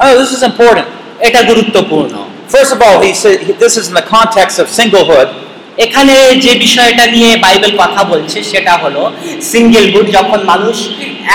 Oh, this is important. এটা গুরুত্বপূর্ণ First of all, he said this is in the context of singlehood. এখানে যে বিষয়টা নিয়ে বাইবেল কথা বলছে সেটা হলো সিঙ্গেলহুড যখন মানুষ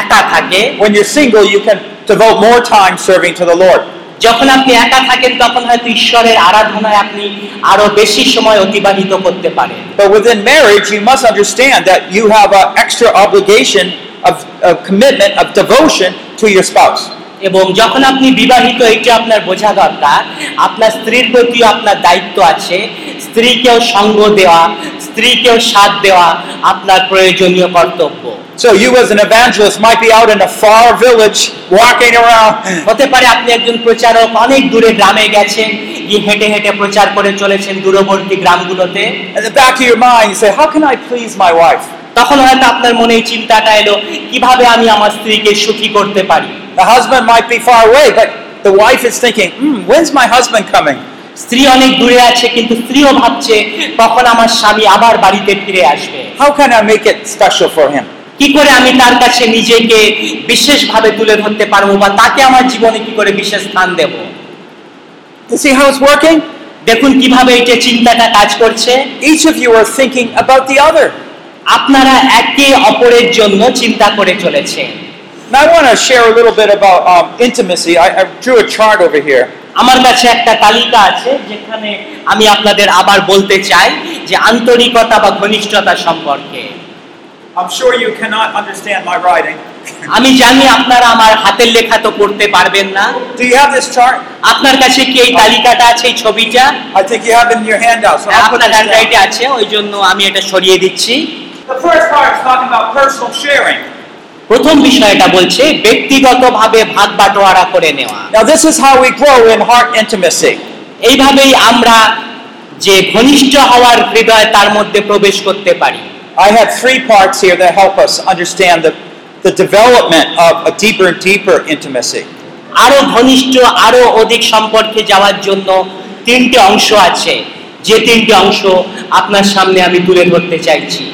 একা থাকে When you're single, you can devote more time serving to the Lord. যখন আপনি একা থাকেন তখন হয়তো ঈশ্বরের আরাধনায় আপনি আরো বেশি সময় অতিবাহিত করতে পারেন But within marriage, you must understand that you have an extra obligation of, of commitment, of devotion to your spouse. এবং যখন আপনি বিবাহিত এটা আপনার বোঝা দরকার আপনার স্ত্রীর প্রতিও আপনার দায়িত্ব আছে স্ত্রীকেও সঙ্গ দেওয়া স্ত্রীকেও সাথ দেওয়া আপনার প্রয়োজনীয় কর্তব্য So you, as an evangelist, might be out in a far village walking around. হতে পারে আপনি একজন প্রচারক অনেক দূরে গ্রামে গেছেন গিয়ে হেঁটে হেঁটে প্রচার করে চলেছেন দূরবর্তী গ্রামগুলোতে In the back of your mind, you say, How can I please my wife? তখন হয়তো আপনার মনে এই চিন্তাটা এলো কিভাবে আমি আমার স্ত্রীকে সুখী করতে পারি The husband might be far away, but the wife is thinking, Hmm, when's my husband coming? স্ত্রী অনেক দূরে আছে কিন্তু স্ত্রীও ভাবছে কখন আমার স্বামী আবার বাড়িতে ফিরে আসবে How can I make it special for him? কি করে আমি তার কাছে নিজেকে বিশেষভাবে তুলে ধরতে পারবো বা তাকে আমার জীবনে কি করে বিশেষ স্থান দেব You see how it's working? দেখুন কিভাবে এটা চিন্তাটা কাজ করছে Each of you are thinking about the other. আপনারা একে অপরের জন্য চিন্তা করে চলেছে Now, I want to share a little bit about um, intimacy. I, I drew a chart over here. আমার কাছে একটা তালিকা আছে যেখানে আমি আপনাদের আবার বলতে চাই যে আন্তরিকতা বা ঘনিষ্ঠতা সম্পর্কে I'm sure you cannot understand my writing. আমি জানি আপনারা আমার হাতের লেখা তো পড়তে পারবেন না Do you have this chart? আপনার কাছে কি এই তালিকাটা আছে এই ছবিটা I think you have it in your handout. So হ্যাঁ, I'll put আপনার this হ্যান্ডরাইটে down. আছে ওই জন্য আমি এটা সরিয়ে দিচ্ছি The first part is talking about personal sharing. প্রথম বিষয়টা বলছে ব্যক্তিগতভাবে ভাগ বাটোয়ারা করে নেওয়া Now, this is how we grow in heart intimacy. এইভাবেই আমরা যে ঘনিষ্ঠ হওয়ার হৃদয় তার মধ্যে প্রবেশ করতে পারি I have three parts here that help us understand the, the development of a deeper and deeper intimacy. আরো ঘনিষ্ঠ আরো অধিক সম্পর্কে যাওয়ার জন্য তিনটে অংশ আছে যে তিনটে অংশ আপনার সামনে আমি তুলে ধরতে চাইছি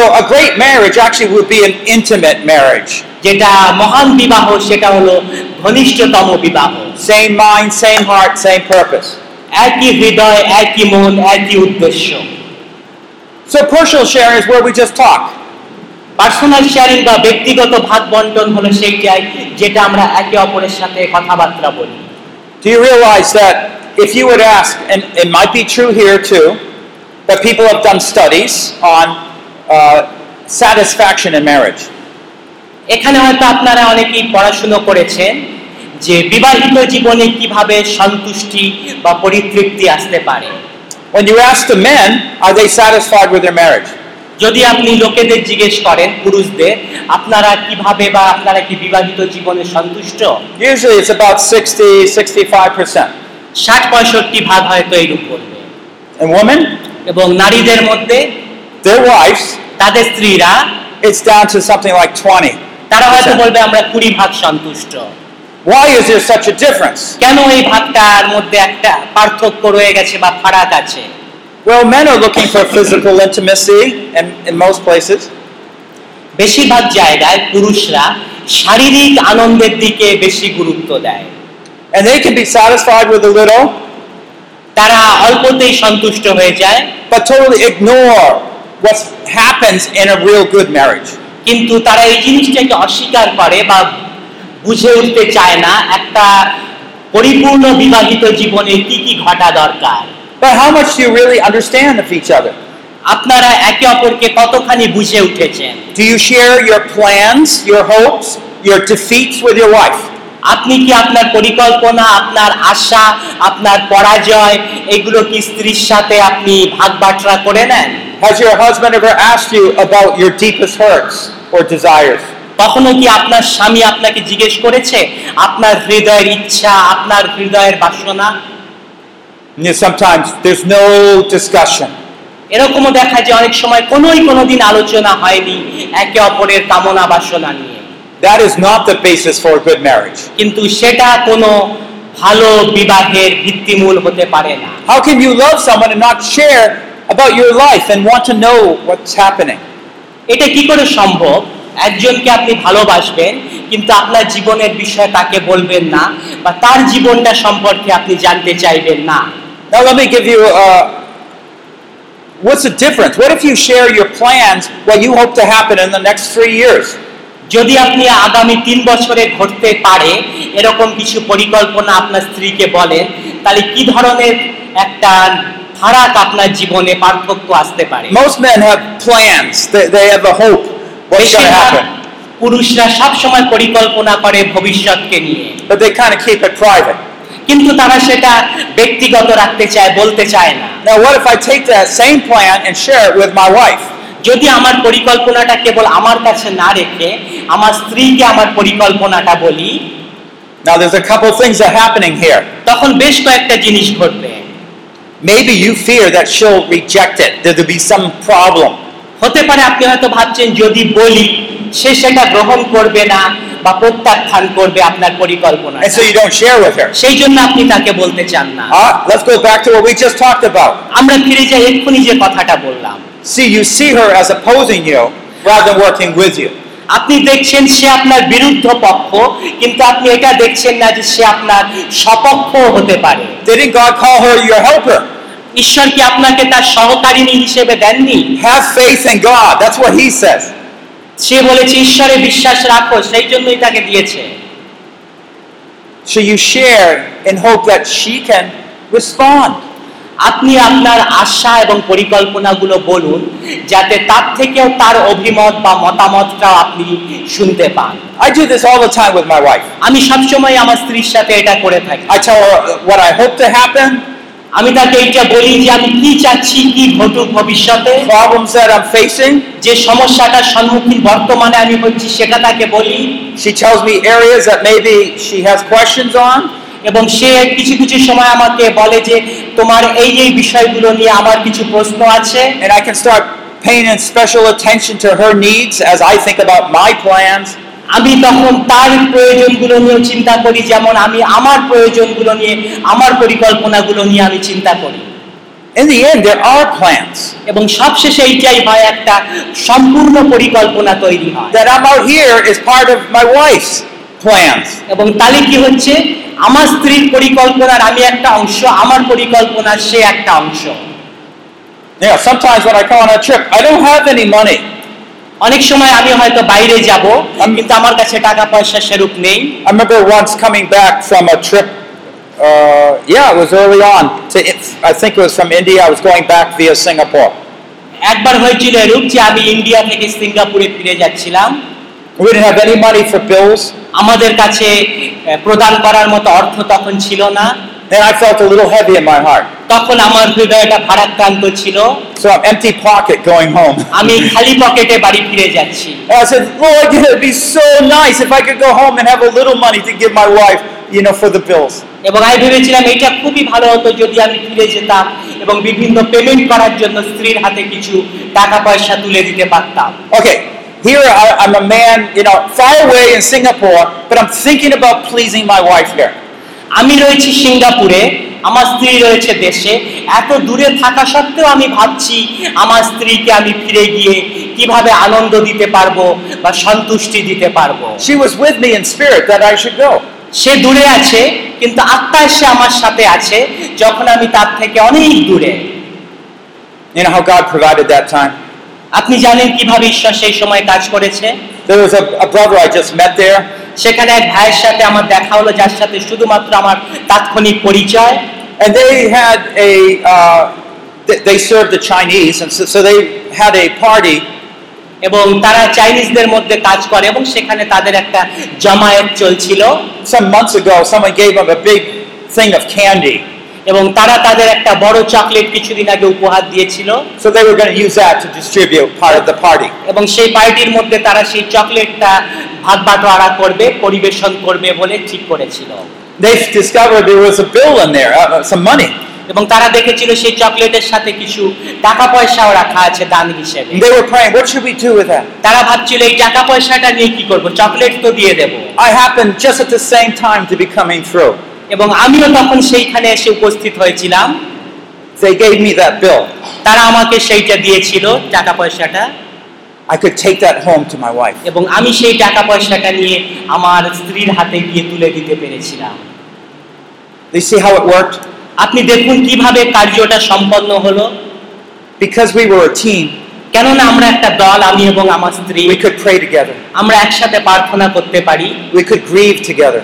So, a great marriage actually would be an intimate marriage. যেটা মহান বিবাহ সেটা হলো ঘনিষ্ঠতম বিবাহ Same mind, same heart, same purpose. একই হৃদয় একই মন একই উদ্দেশ্য So, personal sharing is where we just talk. Personal sharing বা ব্যক্তিগত ভাগ বন্টন হলো সেই জায় যেটা আমরা একে অপরের সাথে কথাবার্তা বলি Do you realize that if you would ask, and it might be true here too, that people have done studies on uh, satisfaction in marriage? এখানে হয়তো আপনারা অনেকেই পড়াশুনো করেছেন যে বিবাহিত জীবনে কিভাবে সন্তুষ্টি বা পরিতৃপ্তি আসতে পারে When you ask the men, are they satisfied with their marriage? যদি আপনি লোকেদের জিজ্ঞেস করেন পুরুষদের আপনারা কিভাবে বা আপনারা কি বিবাহিত জীবনে সন্তুষ্ট Usually it's about 60, 65%. ষাট পঁয়ষট্টি ভাগ হয়তো এরূপ করবে And women, এবং নারীদের মধ্যে their wives, তাদের স্ত্রীরা it's down to something like 20. তারা হয়তো বলবে আমরা কুড়ি ভাগ সন্তুষ্ট Why is there such a difference? কেন এই ভাগটার মধ্যে একটা পার্থক্য রয়ে গেছে বা ফারাক আছে Well, men are looking for physical intimacy in, in most places. বেশিরভাগ জায়গায় পুরুষরা শারীরিক আনন্দের দিকে বেশি গুরুত্ব দেয় And they can be satisfied with a little, তারা অল্পতেই সন্তুষ্ট হয়ে যায় but totally ignore what happens in a real good marriage. কিন্তু তারা এই জিনিসটাকে অস্বীকার করে বা বুঝে উঠতে চায় না একটা পরিপূর্ণ বিবাহিত জীবনে কি কি ঘটা দরকার But how much do you really understand of each other? আপনারা একে অপরকে কতখানি বুঝে উঠেছেন Do you share your plans, your hopes, your defeats with your wife? আপনি কি আপনার পরিকল্পনা আপনার আশা আপনার পরাজয় এগুলো কি স্ত্রীর সাথে আপনি ভাগ বাটরা করে নেন Has your husband ever asked you about your deepest hurts or desires? কখনো কি আপনার স্বামী আপনাকে জিজ্ঞেস করেছে আপনার হৃদয়ের ইচ্ছা আপনার হৃদয়ের বাসনা You know, sometimes there's no discussion. এরকমও দেখা যায় অনেক সময় কোনোই কোনোদিন আলোচনা হয়নি একে অপরের কামনা বাসনা নিয়ে That is not the basis for a good marriage. কিন্তু সেটা কোনো ভালো বিবাহের ভিত্তিমূল হতে পারে না How can you love someone and not share about your life and want to know what's happening? এটা কি করে সম্ভব একজনকে আপনি ভালোবাসবেন কিন্তু আপনার জীবনের বিষয়ে তাকে বলবেন না বা তার জীবনটা সম্পর্কে আপনি জানতে চাইবেন না Now, let me give you uh, what's the difference? What if you share your plans, what you hope to happen in the next three years? যদি আপনি আগামী তিন বছরে ঘটতে পারে এরকম কিছু পরিকল্পনা আপনার স্ত্রীকে বলেন তাহলে কি ধরনের একটা ফারাক আপনার জীবনে পার্থক্য আসতে পারে Most men have plans, they, they have a hope what's going to বেশিরভাগ happen, পুরুষরা সবসময় পরিকল্পনা করে ভবিষ্যৎকে নিয়ে but they kind of keep it private. কিন্তু তারা সেটা ব্যক্তিগত রাখতে চায় বলতে চায় না Now, what if I take that same plan and share it with my wife? যদি আমার পরিকল্পনাটা কেবল আমার কাছে না রেখে আমার স্ত্রীকে আমার পরিকল্পনাটা বলি Now, there's a couple things that are happening here. তখন বেশ কয়েকটা জিনিস ঘটবে Maybe you fear that she'll reject it, there'll be some problem. হতে পারে আপনি হয়তো ভাবছেন যদি বলি সে সেটা গ্রহণ করবে না বা প্রত্যাখ্যান করবে আপনার পরিকল্পনা And so you don't share with her. সেই জন্য আপনি তাকে বলতে চান না Ah, let's go back to what we just talked about. আমরা ফিরে যাই এক্ষুনি যে কথাটা বললাম See, you see her as opposing you rather than working with you. আপনি দেখছেন সে আপনার বিরুদ্ধ পক্ষ কিন্তু আপনি এটা দেখছেন না যে সে আপনার সপক্ষ হতে পারে Didn't God call her your helper? ঈশ্বর কি আপনাকে তার সহকারিণী হিসেবে দেননি Have faith in God. That's what he says. সে বলেছে ঈশ্বরে বিশ্বাস রাখো সেই জন্যই তাকে দিয়েছে So you share in hope that she can respond. আপনি আপনার আশা এবং পরিকল্পনাগুলো বলুন যাতে তার থেকেও তার অভিমত বা মতামতটাও আপনি শুনতে পান I do this all the time with my wife. আমি সবসময় আমার স্ত্রীর সাথে এটা করে থাকি I tell her what I hope to happen, আমি তাকে এইটা বলি যে আমি কি চাচ্ছি কি ঘটুক ভবিষ্যতে problems that I'm facing. যে সমস্যাটার সম্মুখীন বর্তমানে আমি হচ্ছি সেটা তাকে বলি She tells me areas that maybe she has questions on. এবং সে কিছু কিছু সময় আমাকে বলে যে তোমার এই এই বিষয়গুলো নিয়ে আমার কিছু প্রশ্ন আছে And I can start paying special attention to her needs as I think about my plans. আমি তখন তার প্রয়োজনগুলো নিয়ে চিন্তা করি যেমন আমি আমার প্রয়োজনগুলো নিয়ে আমার পরিকল্পনাগুলো নিয়ে আমি চিন্তা করি In the end, there are plans এবং সবশেষে এইটাই হয় একটা সম্পূর্ণ পরিকল্পনা তৈরি হয় that I'm out here is part of my wife's plans. এবং তাহলে কি হচ্ছে আমার স্ত্রীর পরিকল্পনার আমি একটা অংশ আমার পরিকল্পনার সে একটা অংশ Yeah, sometimes when I go on a trip, I don't have any money. অনেক সময় আমি হয়তো বাইরে যাব কিন্তু আমার কাছে টাকা পয়সা সেরূপ নেই I remember once coming back from a trip. Uh, yeah, it was early on. To I think it was from India. I was going back via Singapore. একবার হয়েছিল এরূপ যে আমি ইন্ডিয়া থেকে সিঙ্গাপুরে ফিরে যাচ্ছিলাম We didn't have any money for bills, আমাদের কাছে আহ, প্রদান করার মতো অর্থ তখন ছিল না and I felt a little heavy in my heart. তখন আমার হৃদয়টা ভারাক্রান্ত ছিল So I'm empty pocket going home. আমি খালি পকেটে বাড়ি ফিরে যাচ্ছি And I said, Lord, it'd be so nice if I could go home and have a little money to give my wife, you know, for the bills. এবং আমি ভেবেছিলাম এটা খুবই ভালো হতো যদি আমি ফিরে যেতাম এবং বিভিন্ন পেমেন্ট করার জন্য স্ত্রীর হাতে কিছু টাকা পয়সা তুলে দিতে পারতাম Okay, here I, I'm a man, you know, far away in Singapore, but I'm thinking about pleasing my wife here. আমি রয়েছি সিঙ্গাপুরে আমার স্ত্রী রয়েছে দেশে এত দূরে থাকা সত্ত্বেও আমি ভাবছি আমার স্ত্রীকে আমি ফিরে গিয়ে কিভাবে আনন্দ দিতে পারবো বা সন্তুষ্টি দিতে পারবো She was with me in spirit that I should go. সে দূরে আছে কিন্তু আত্মায় সে আমার সাথে আছে যখন আমি তার থেকে অনেক দূরে You know how God provided that time? আপনি জানেন কিভাবে ঈশ্বর সেই সময় কাজ করেছে There was a, a brother I just met there, সেখানে এক ভাইয়ের সাথে আমার দেখা হলো যার সাথে শুধুমাত্র আমার তাৎক্ষণিক পরিচয় and they had a, uh, th- they served the Chinese, and so, so they had a party, এবং তারা চাইনিজদের মধ্যে কাজ করে এবং সেখানে তাদের একটা জামায়াত চলছিল some months ago, someone gave them a big thing of candy. এবং তারা তাদের একটা বড় চকলেট কিছুদিন আগে উপহার দিয়েছিল So they were going to use that to distribute part of the party. এবং সেই পার্টির মধ্যে তারা সেই চকলেটটা ভাগ বাটোয়ারা করবে পরিবেশন করবে বলে ঠিক করেছিল They discovered there was a bill in there, uh, uh, some money. এবং তারা দেখেছিল সেই চকলেটের সাথে কিছু টাকা পয়সাও রাখা আছে দান হিসেবে And they were praying, what should we do with that? তারা ভাবছিল এই টাকা পয়সাটা নিয়ে কি করব চকলেট তো দিয়ে দেব I happened just at the same time to be coming through. এবং আমিও তখন সেইখানে এসে উপস্থিত হয়েছিলাম They gave me that bill. তারা আমাকে সেইটা দিয়েছিল টাকা পয়সাটা I could take that home to my wife. এবং আমি সেই টাকা পয়সাটা নিয়ে আমার স্ত্রীর হাতে গিয়ে তুলে দিতে পেরেছিলাম You see how it worked? আপনি দেখুন কিভাবে কার্যটা সম্পন্ন হলো Because we were a team, কেননা আমরা একটা দল আমি এবং আমার স্ত্রী we could pray together. আমরা একসাথে প্রার্থনা করতে পারি We could grieve together.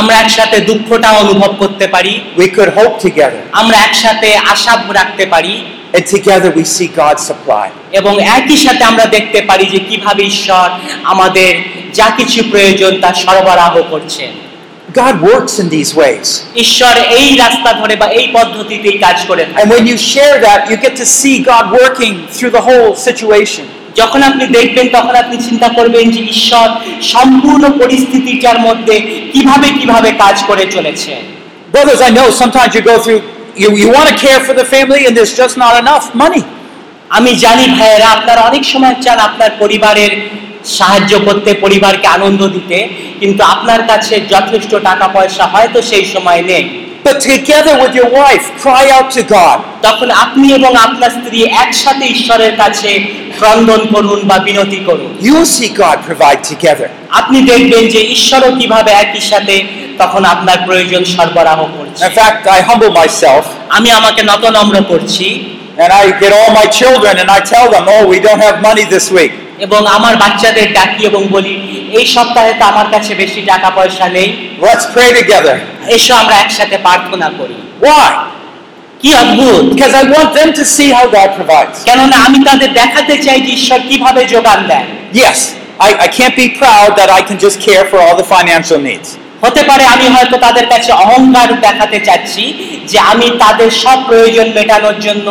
আমরা একসাথে দুঃখটা অনুভব করতে পারি We could hope together. আমরা একসাথে আশা রাখতে পারি And together we see God supply. এবং একই সাথে আমরা দেখতে পারি যে কিভাবে ঈশ্বর আমাদের যা কিছু প্রয়োজন তা সরবরাহ করছেন God works in these ways. ঈশ্বর এই রাস্তা ধরে বা এই পদ্ধতিতেই কাজ করেন And when you share that, you get to see God working through the whole situation. যখন আপনি দেখবেন তখন আপনি চিন্তা করবেন যে ঈশ্বর সম্পূর্ণ পরিস্থিতিটার মধ্যে কিভাবে কিভাবে কাজ করে চলেছে Brothers, I know sometimes you go through, you, you want to care for the family and there's just not enough money. আমি জানি ভাইয়েরা আপনার অনেক সময় চান আপনার পরিবারের সাহায্য করতে পরিবারকে আনন্দ দিতে কিন্তু আপনার কাছে যথেষ্ট টাকা পয়সা হয়তো সেই সময় নেই But together with your wife, cry out to God. তখন আপনি এবং আপনার স্ত্রী একসাথে ঈশ্বরের কাছে ক্রন্দন করুন বা বিনতি করুন You'll see God provide together. আপনি দেখবেন যে ঈশ্বরও কিভাবে একই সাথে তখন আপনার প্রয়োজন সরবরাহ করছে In fact, I humble myself আমি আমাকে নতনম্র করছি and I get all my children and I tell them, oh, we don't have money this week. এবং আমার বাচ্চাদের ডাকি এবং বলি এই সপ্তাহে তো আমার কাছে বেশি টাকা পয়সা নেই Let's pray together. এসো আমরা একসাথে প্রার্থনা করি Why? কি অদ্ভুত Because I want them to see how God provides. কেননা আমি তাদের দেখাতে চাই যে ঈশ্বর কিভাবে যোগান দেন Yes, I, I can't be proud that I can just care for all the financial needs. হতে পারে আমি হয়তো তাদের কাছে অহংকার দেখাতে চাচ্ছি যে আমি তাদের সব প্রয়োজন মেটানোর জন্য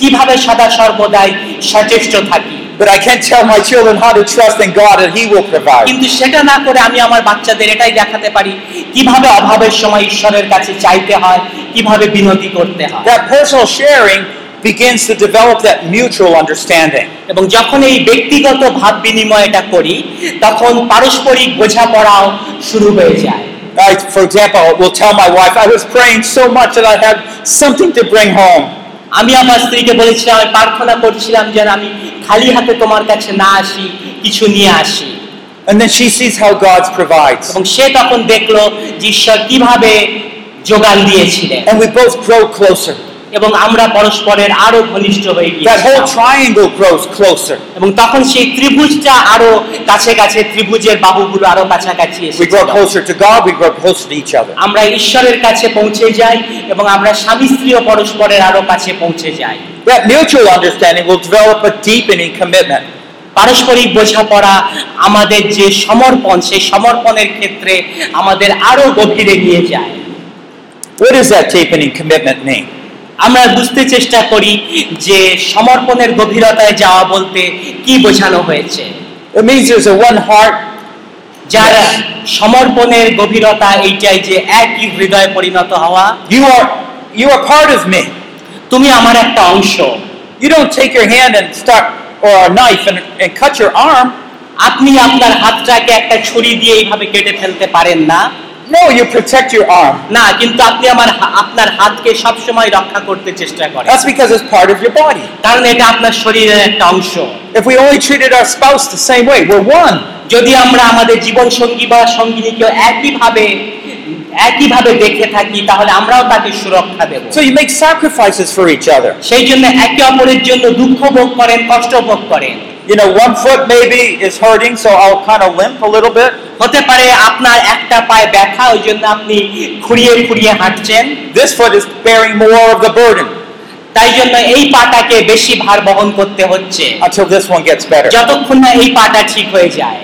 কিভাবে সদা সর্বদাই সচেষ্ট থাকি But I can't tell my children how to trust in God and He will provide. কিন্তু সেটা না করে আমি আমার বাচ্চাদের এটাই দেখাতে পারি কিভাবে অভাবের সময় ঈশ্বরের কাছে চাইতে হয় কিভাবে বিনতি করতে হয় That personal sharing begins to develop that mutual understanding. এবং যখন এই ব্যক্তিগত ভাব বিনিময়টা করি তখন পারস্পরিক বোঝাপড়াও শুরু হয়ে যায় I, for example, will tell my wife, I was praying so much that I had something to bring home. আমি আমার স্ত্রীকে বলেছিলাম আমি প্রার্থনা করছিলাম যেন আমি খালি হাতে তোমার কাছে না আসি কিছু নিয়ে আসি And then she sees how God provides. এবং সে তখন দেখলো যে ঈশ্বর কিভাবে যোগান দিয়েছিলেন And we both grow closer. এবং আমরা পরস্পরের আরো ঘনিষ্ঠ হয়ে That গিয়েছিলাম whole triangle grows closer. এবং তখন সেই ত্রিভুজটা আরো কাছে কাছে ত্রিভুজের বাহুগুলো আরো কাছাকাছি এসে We grow closer to God, we grow closer to each other. আমরা ঈশ্বরের কাছে পৌঁছে যাই এবং আমরা স্বামী স্ত্রীও পরস্পরের আরো কাছে পৌঁছে যাই That mutual understanding will develop a deepening commitment. পারস্পরিক বোঝাপড়া আমাদের যে সমর্পণ সেই সমর্পণের ক্ষেত্রে আমাদের আরো গভীরে নিয়ে যায় What does that deepening commitment mean? আমরা বুঝতে চেষ্টা করি যে সমর্পণের গভীরতায় যাওয়া বলতে কি বোঝানো হয়েছে It means there's a one heart, যারা সমর্পণের গভীরতা এইটাই যে একই হৃদয়ে পরিণত হওয়া you are you are part of me. তুমি আমার একটা অংশ You don't take your hand and stuck or a knife and, and cut your arm. আপনি আপনার হাতটাকে একটা ছুরি দিয়ে এইভাবে কেটে ফেলতে পারেন না No, you protect your arm. না কিন্তু আপনি আমার হা- আপনার হাতকে সবসময় রক্ষা করতে চেষ্টা করেন That's because it's part of your body. কারণ এটা আপনার শরীরের একটা অংশ If we only treated our spouse the same way, we're one. যদি আমরা আমাদের জীবন সঙ্গী বা সঙ্গিনীকে একইভাবে একইভাবে দেখে থাকি তাহলে আমরাও তাকে সুরক্ষা দেব So you make sacrifices for each other. সেই জন্য একে অপরের জন্য দুঃখ ভোগ করেন কষ্ট ভোগ করেন You know, one foot maybe is hurting, so I'll kind of limp a little bit. হতে পারে আপনার একটা পায়ে ব্যথা ওই জন্য আপনি খুঁড়িয়ে খুঁড়িয়ে হাঁটছেন This foot is bearing more of the burden তাই জন্য এই পাটাকে বেশি ভার বহন করতে হচ্ছে until this one gets better. যতক্ষণ না এই পাটা ঠিক হয়ে যায়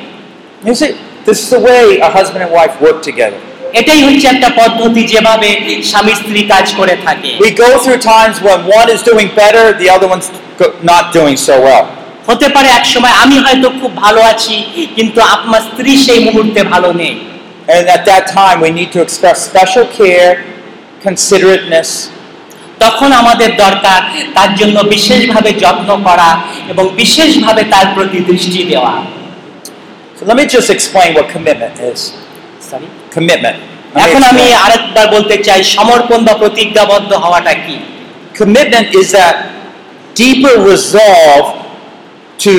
You see, this is the way a husband and wife work together. এটাই হচ্ছে একটা পদ্ধতি যেভাবে স্বামী স্ত্রী কাজ করে থাকে We go through times when one is doing better, the other one's go- not doing so well. হতে পারে এক সময় আমি হয়তো খুব ভালো আছি কিন্তু আপনার স্ত্রী সেই মুহূর্তে ভালো নেই And at that time, we need to express special care, considerateness, তখন আমাদের দরকার তার জন্য বিশেষভাবে যত্ন করা এবং বিশেষভাবে তার প্রতি দৃষ্টি দেওয়া So let me just explain what commitment is. Sorry? Commitment. Let me এখন আমি explain. আরেকবার বলতে চাই সমর্পণ বা প্রতিজ্ঞাবদ্ধ হওয়াটা কি Commitment is that deeper resolve to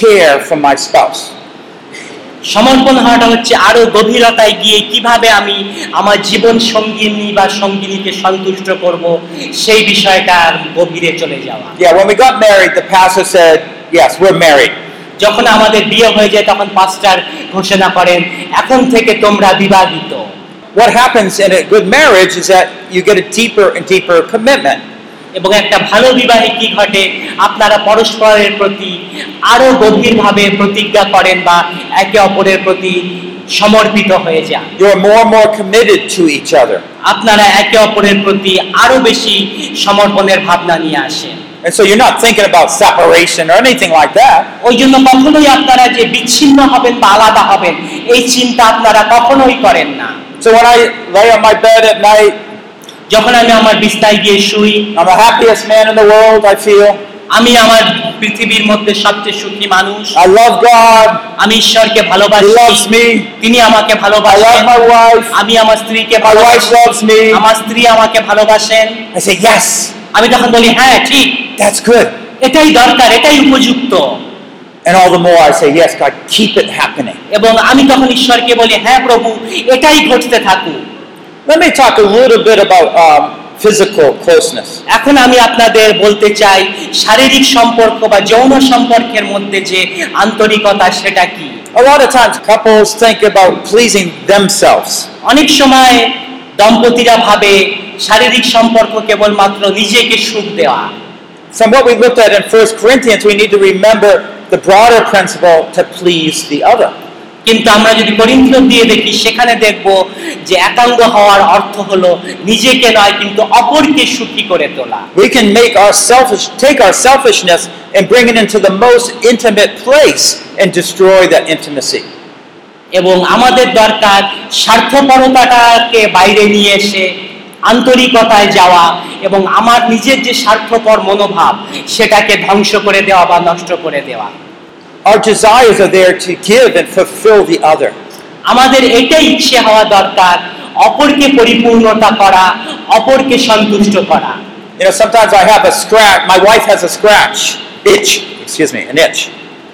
care for my spouse. সমর্পণ হওয়াটা হচ্ছে আরো গভীরতায় গিয়ে কিভাবে আমি আমার জীবন সঙ্গিনী বা সঙ্গিনীকে সন্তুষ্ট করব সেই বিষয়টা গভীরে চলে যাওয়া Yeah, when we got married, the pastor said, Yes, we're married. যখন আমাদের বিয়ে হয়ে যায় তখন পাস্টার ঘোষণা করেন এখন থেকে তোমরা বিবাহিত What happens in a good marriage is that you get a deeper and deeper commitment. এবং একটা ভালো বিবাহে কি ঘটে আপনারা পরস্পরের প্রতি আরো গভীরভাবে প্রতিজ্ঞা করেন বা একে অপরের প্রতি সমর্পিত হয়ে যান You're more and more committed to each other. আপনারা একে অপরের প্রতি আরো বেশি সমর্পণের ভাবনা নিয়ে আসেন And so you're not thinking about separation or anything like that. ওই জন্য কখনোই আপনারা যে বিচ্ছিন্ন হবেন বা আলাদা হবেন এই চিন্তা আপনারা কখনোই করেন না So when I lay on my bed at night, যখন আমি আমার বিছনায় গিয়ে শুই I'm the happiest man in the world, I feel. আমি আমার পৃথিবীর মধ্যে সবচেয়ে সুখী মানুষ I love God. আমি ঈশ্বরকে He loves ভালোবাসি me. তিনি আমাকে I love ভালোবাসেন my wife. আমি আমার স্ত্রীকে My wife ভালোবাসি loves me. আমার স্ত্রী আমাকে ভালোবাসেন I say, Yes, আমি তখন বলি হ্যাঁ ঠিক that's good. এটাই দরকার এটাই উপযুক্ত And all the more I say, Yes, God, keep it happening. এবং আমি তখন ঈশ্বরকে বলি হ্যাঁ প্রভু এটাই ঘটতে থাকুক Let me talk a little bit about um, physical closeness. এখন আমি আপনাদের বলতে চাই শারীরিক সম্পর্ক বা যৌন সম্পর্কের মধ্যে যে আন্তরিকতা সেটা কি A lot of times, couples think about pleasing themselves. অনেক সময় দম্পতিরা ভাবে শারীরিক সম্পর্ক কেবলমাত্র নিজেকে সুখ দেওয়া From what we looked at in 1 Corinthians, we need to remember the broader principle to please the other. কিন্তু আমরা যদি করিন্থিয় দিয়ে দেখি সেখানে দেখব যে একাঙ্গ হওয়ার অর্থ হলো নিজেকে নয় কিন্তু অপরকে সুখী করে তোলা We can make our selfish, take our selfishness and bring it into the most intimate place and destroy that intimacy. এবং আমাদের দরকার স্বার্থপরতাটাকে বাইরে নিয়ে এসে আন্তরিকতায় যাওয়া এবং আমার নিজের যে স্বার্থপর মনোভাব সেটাকে ধ্বংস করে দেওয়া বা নষ্ট করে দেওয়া Our desires are there to give and fulfill the other. আমাদের এটাই ইচ্ছে হওয়া দরকার অপরকে পরিপূর্ণতা করা অপরকে সন্তুষ্ট করা You know, sometimes I have a scratch. My wife has a scratch, itch. Excuse me, an itch.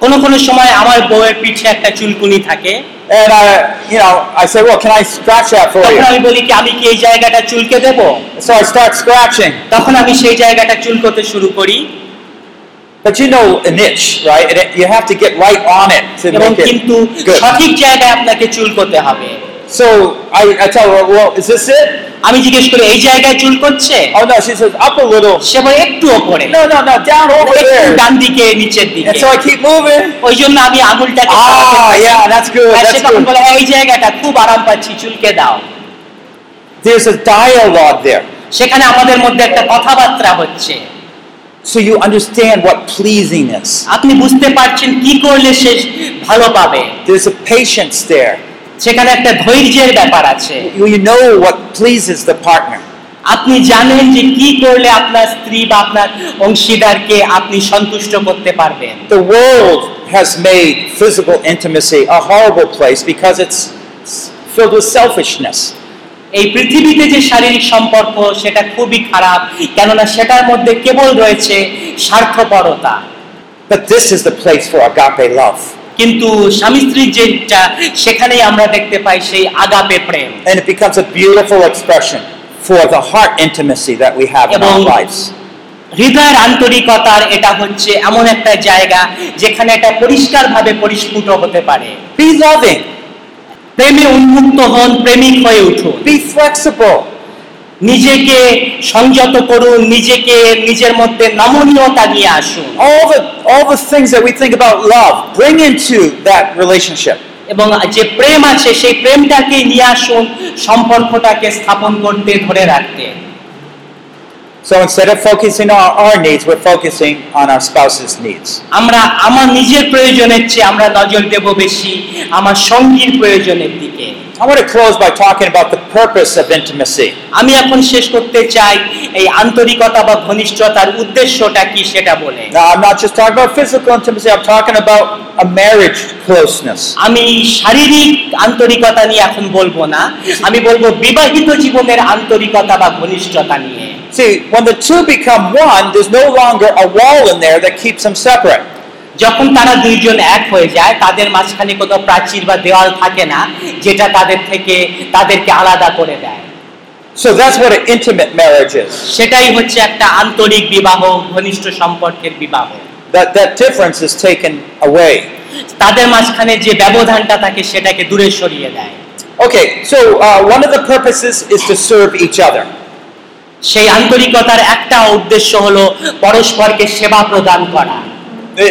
কোনো কোনো সময় আমার বউয়ের পিঠে একটা চুলকুনি থাকে And I, you know, I say, well, can I scratch that for তখন you? আমি বলি কি আমি কি এই জায়গাটা চুলকে দেব So I start scratching. তখন আমি সেই জায়গাটা চুলকোতে শুরু করি But you know, an itch, right? And it, you have to get right on it to এবং make it কিন্তু good. সঠিক জায়গায় আপনাকে চুলকোতে হবে So I, I tell her, well, is this it? আমি জিজ্ঞেস করি এই জায়গায় চুল করছে Oh no, she says, up a little. সে বলে একটু ওপরে No, no, no, down over একটু there. ডান দিকে নিচের দিকে And so I keep moving. ওই জন্য আমি আঙুলটাকে Ah, yeah, that's good. R say That's তখন good. বলে "হ্যাঁ, এই জায়গাটা খুব আরাম পাচ্ছি চুলকে দাও There's a dialogue there. সেখানে আমাদের মধ্যে একটা কথাবার্তা হচ্ছে So you understand what pleasing is. আপনি বুঝতে পারছেন কি করলে সে ভালো পাবে There's a patience there. সেখানে একটা ধৈর্যের ব্যাপার আছে You you know what pleases the partner. আপনি জানেন যে কি করলে আপনার স্ত্রী বা আপনার অংশীদারকে আপনি সন্তুষ্ট করতে পারবেন The world has made physical intimacy a horrible place because it's filled with selfishness. এই পৃথিবীতে যে শারীরিক সম্পর্ক সেটা খুবই খারাপ কেননা সেটার মধ্যে কেবল রয়েছে স্বার্থপরতা But this is the place for agape love. কিন্তু স্বামী স্ত্রীর যেটা সেখানেই আমরা দেখতে পাই সেই Agape Prem And it becomes a beautiful expression for the heart intimacy that we have in our এবং lives. হৃদয়ের আন্তরিকতার এটা হচ্ছে এমন একটা জায়গা যেখানে এটা পরিষ্কারভাবে পরিস্ফুট হতে পারে Be loving, প্রেমে উন্মুক্ত হন প্রেমিক হয়ে উঠুন be flexible. নিজেকে সংযত করুন নিজেকে নিজের মধ্যে নমনীয়তা নিয়ে আসুন All the, all the things that we think about love, bring into that relationship. এবং যে প্রেম আছে সেই প্রেমটাকে নিয়ে আসুন সম্পর্কটাকে স্থাপন করতে ধরে রাখতে So instead of focusing on our needs, we're focusing on our spouse's needs. আমরা আমার নিজের প্রয়োজনের চেয়ে আমরা নজর দেব বেশি আমার সঙ্গীর প্রয়োজনের দিকে I want to close by talking about the purpose of intimacy. আমি এখন শেষ করতে চাই এই আন্তরিকতা বা ঘনিষ্ঠতার উদ্দেশ্যটা কি সেটা বলে Now, I'm not just talking about physical intimacy, I'm talking about a marriage closeness. আমি শারীরিক আন্তরিকতা নিয়ে এখন বলবো না আমি বলবো বিবাহিত জীবনের আন্তরিকতা বা ঘনিষ্ঠতা নিয়ে See, when the two become one, there's no longer a wall in there that keeps them separate. যখন তারা দুইজন এক হয়ে যায় তাদের মাঝখানে কোনো প্রাচীর বা দেওয়াল থাকে না যেটা তাদের থেকে তাদেরকে আলাদা করে দেয় So that's what an intimate marriage is. সেটাই হচ্ছে একটা আন্তরিক বিবাহ ঘনিষ্ঠ সম্পর্কের বিবাহ That, that difference is taken away. তাদের মাঝখানে যে ব্যবধানটা থাকে সেটাকে দূরে সরিয়ে দেয় Okay, so uh, one of the purposes is to serve each other. সেই আন্তরিকতার একটা উদ্দেশ্য হলো পরস্পরকে সেবা প্রদান করা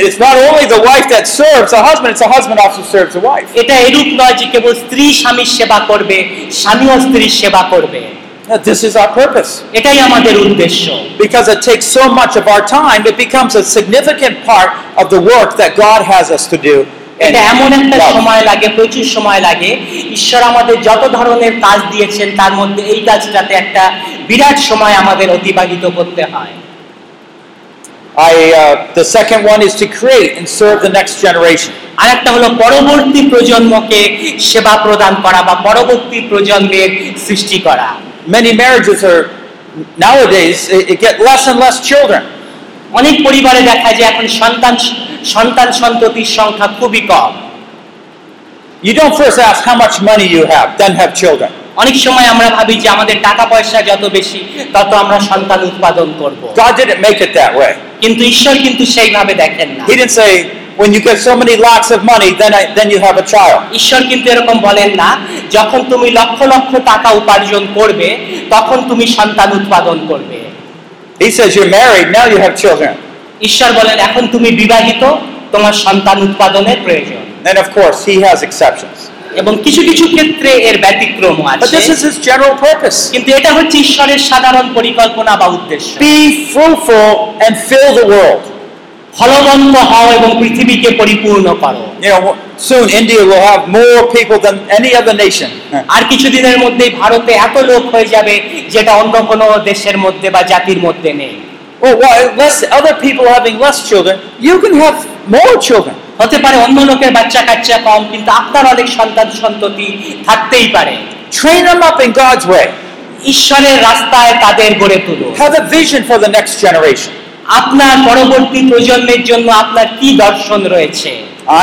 It's not only the wife that serves the husband, it's the husband also serves the wife. এটা এরূপ নয় যে কেবল স্ত্রী স্বামীর সেবা করবে স্বামীও স্ত্রীর সেবা করবে Now, This is our purpose. এটাই আমাদের উদ্দেশ্য Because it takes so much of our time, it becomes a significant part of the work that God has us to do. And এটা এমন একটা love. সময় লাগে প্রচুর সময় লাগে ঈশ্বর আমাদের যত ধরনের কাজ দিয়েছেন তার মধ্যে এই কাজটাতে একটা বিরাট সময় আমাদের অতিবাহিত করতে হয় I, uh, the second one is to create and serve the next generation. আর একটা হলো পরবর্তী প্রজন্মকে সেবা প্রদান করা বা পরবর্তী প্রজন্মের সৃষ্টি করা Many marriages are nowadays it, it get less and less children. অনেক পরিবারে দেখা যায় এখন সন্তান সন্তান সন্ততির সংখ্যা খুবই কম You don't first ask how much money you have, then have children. অনেক সময় আমরা ভাবি যে আমাদের টাকা পয়সা যত বেশি তত আমরা সন্তান উৎপাদন করব God didn't make it that way. কিন্তু ঈশ্বর কিন্তু সেইভাবে দেখেন না He didn't say, when you get so many lakhs of money, then, I, then you have a child. ঈশ্বর কিন্তু এরকম বলেন না যখন তুমি লক্ষ লক্ষ টাকা উপার্জন করবে তখন তুমি সন্তান উৎপাদন করবে He says, you're married, now you have children. ঈশ্বর বলেন এখন তুমি বিবাহিত তোমার সন্তান উৎপাদনের প্রয়োজন And of course, he has exceptions. এবং কিছু কিছু ক্ষেত্রে এর ব্যতিক্রম But আছে this is his general purpose. কিন্তু এটা হচ্ছে ঈশ্বরের সাধারণ পরিকল্পনা বা উদ্দেশ্য Be fruitful and fill the world. ফলবন্ত হও এবং পৃথিবীকে পরিপূর্ণ করো You know, soon India will have more people than any other nation. আর কিছুদিনের মধ্যেই ভারতে এত লোক হয়ে যাবে যেটা অন্য কোনো দেশের মধ্যে বা জাতির মধ্যে নেই Well, why less other people having less children, you can have more children. হতে পারে অন্য লোকের বাচ্চা কাচ্চা কম কিন্তু আপনার অনেক সন্তান সন্ততি থাকতেই পারে Train them up in God's way. ঈশ্বরের রাস্তায় তাদের গড়ে তুলো Have a vision for the next generation. আপনার পরবর্তী প্রজন্মের জন্য আপনার কি দর্শন রয়েছে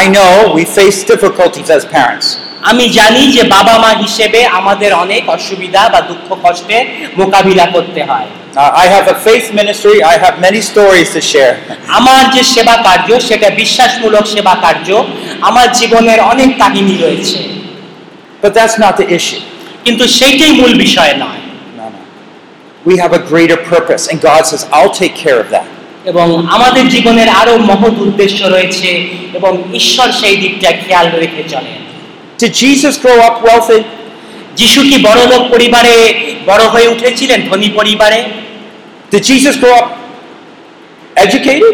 I know we face difficulties as parents. আমি জানি যে বাবা মা হিসেবে আমাদের অনেক অসুবিধা বা দুঃখ কষ্টে মোকাবিলা করতে হয় Uh, I have a faith ministry. I have many stories to share. আমার যে সেবা কার্য সেটা বিশ্বাসমূলক সেবা কার্য আমার জীবনের অনেক কাহিনী রয়েছে But that's not the issue. কিন্তু সেইটাই মূল বিষয় নয় No, no. We have a greater purpose, and God says, I'll take care of that. এবং আমাদের জীবনের আরো মহৎ উদ্দেশ্য রয়েছে এবং ঈশ্বর সেই দিকটা খেয়াল রেখে চলেন Did Jesus grow up wealthy? যিশু কি বড় লোক পরিবারে বড় হয়ে উঠেছিলেন ধনী পরিবারে Did Jesus grow up educated?